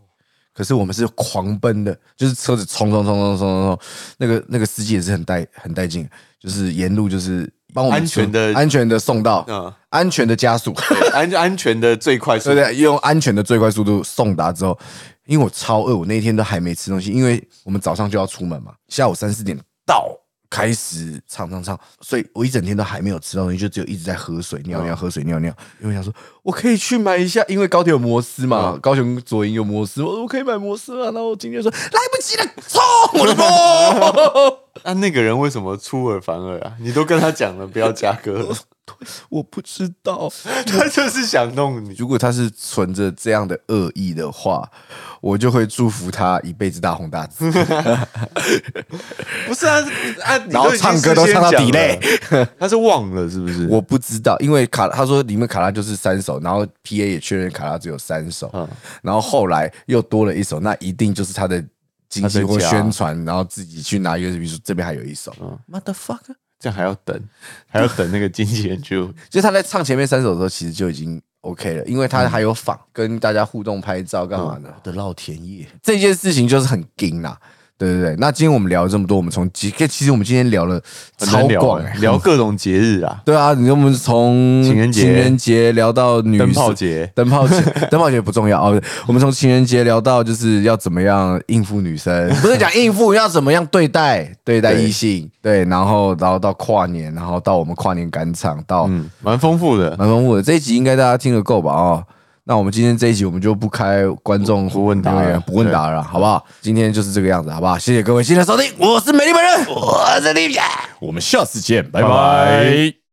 Speaker 1: 可是我们是狂奔的，就是车子冲冲冲冲冲冲冲，那个那个司机也是很带很带劲，就是沿路就是帮我们
Speaker 2: 安全地
Speaker 1: 安全的送到，
Speaker 2: 嗯，
Speaker 1: 安全的加速，
Speaker 2: 对安安全的最快速
Speaker 1: 对不，对？用安全的最快速度送达之后，因为我超饿，我那一天都还没吃东西，因为我们早上就要出门嘛，下午三四点到开始唱唱唱，所以我一整天都还没有吃到东西，就只有一直在喝水、尿尿、喝水、尿尿。因为我想说，我可以去买一下，因为高铁有摩斯嘛，
Speaker 2: 嗯
Speaker 1: 高雄左营有摩斯，我说我可以买摩斯啊。然后我今天说来不及了，冲我的波！
Speaker 2: 那、那个人为什么出尔反尔啊？你都跟他讲了不要加歌了，
Speaker 1: 我不知道，
Speaker 2: [LAUGHS]
Speaker 1: [LAUGHS]
Speaker 2: 他就是想弄你。
Speaker 1: 如果他是存着这样的恶意的话，我就会祝福他一辈子大红大紫。
Speaker 2: 不是啊啊！
Speaker 1: 然后唱歌都唱到底嘞，
Speaker 2: 他是忘了是不是？
Speaker 1: 我不知道，因为卡他说里面卡拉就是三首，然后 P A 也确认卡拉只有三首，
Speaker 2: 嗯
Speaker 1: 然后后来又多了一首，那一定就是他的经济
Speaker 2: 他在
Speaker 1: 或
Speaker 2: 加
Speaker 1: 宣传，然后自己去拿 USB 说这边还有一首、Motherfucker，
Speaker 2: 嗯这样还要等，还要等那个经纪人 [LAUGHS] 就
Speaker 1: 就是他在唱前面三首的时候，其实就已经 OK 了，因为他还有仿、跟大家互动拍照干嘛
Speaker 2: 嗯
Speaker 1: 的。我的老天爷，这件事情就是很硬啦。对对对，那今天我们聊了这么多，我们从其其实我们今天聊了
Speaker 2: 很难
Speaker 1: 超
Speaker 2: 聊
Speaker 1: 广、
Speaker 2: 欸
Speaker 1: 欸，
Speaker 2: 聊各种节日啊，
Speaker 1: 对啊，你我们从
Speaker 2: 情人节
Speaker 1: 情人节聊到女
Speaker 2: 灯泡节
Speaker 1: 灯泡节、 [LAUGHS] 灯泡节不重要哦。我们从情人节聊到就是要怎么样应付
Speaker 2: [LAUGHS]
Speaker 1: 女生，不是讲应付，要怎么样对待对待
Speaker 2: 对
Speaker 1: 异性，对，然后然后到跨年，然后到我们跨年赶场，到
Speaker 2: 嗯，蛮丰富的。
Speaker 1: 蛮丰富的。这一集应该大家听得够吧？哦，那我们今天这一集我们就不开观众
Speaker 2: 不问答了
Speaker 1: 留言不问答了，好不好？今天就是这个样子，好不好？谢谢各位今天的收听，我是美丽本人，我是丽姐，我们下次见，拜
Speaker 2: 拜拜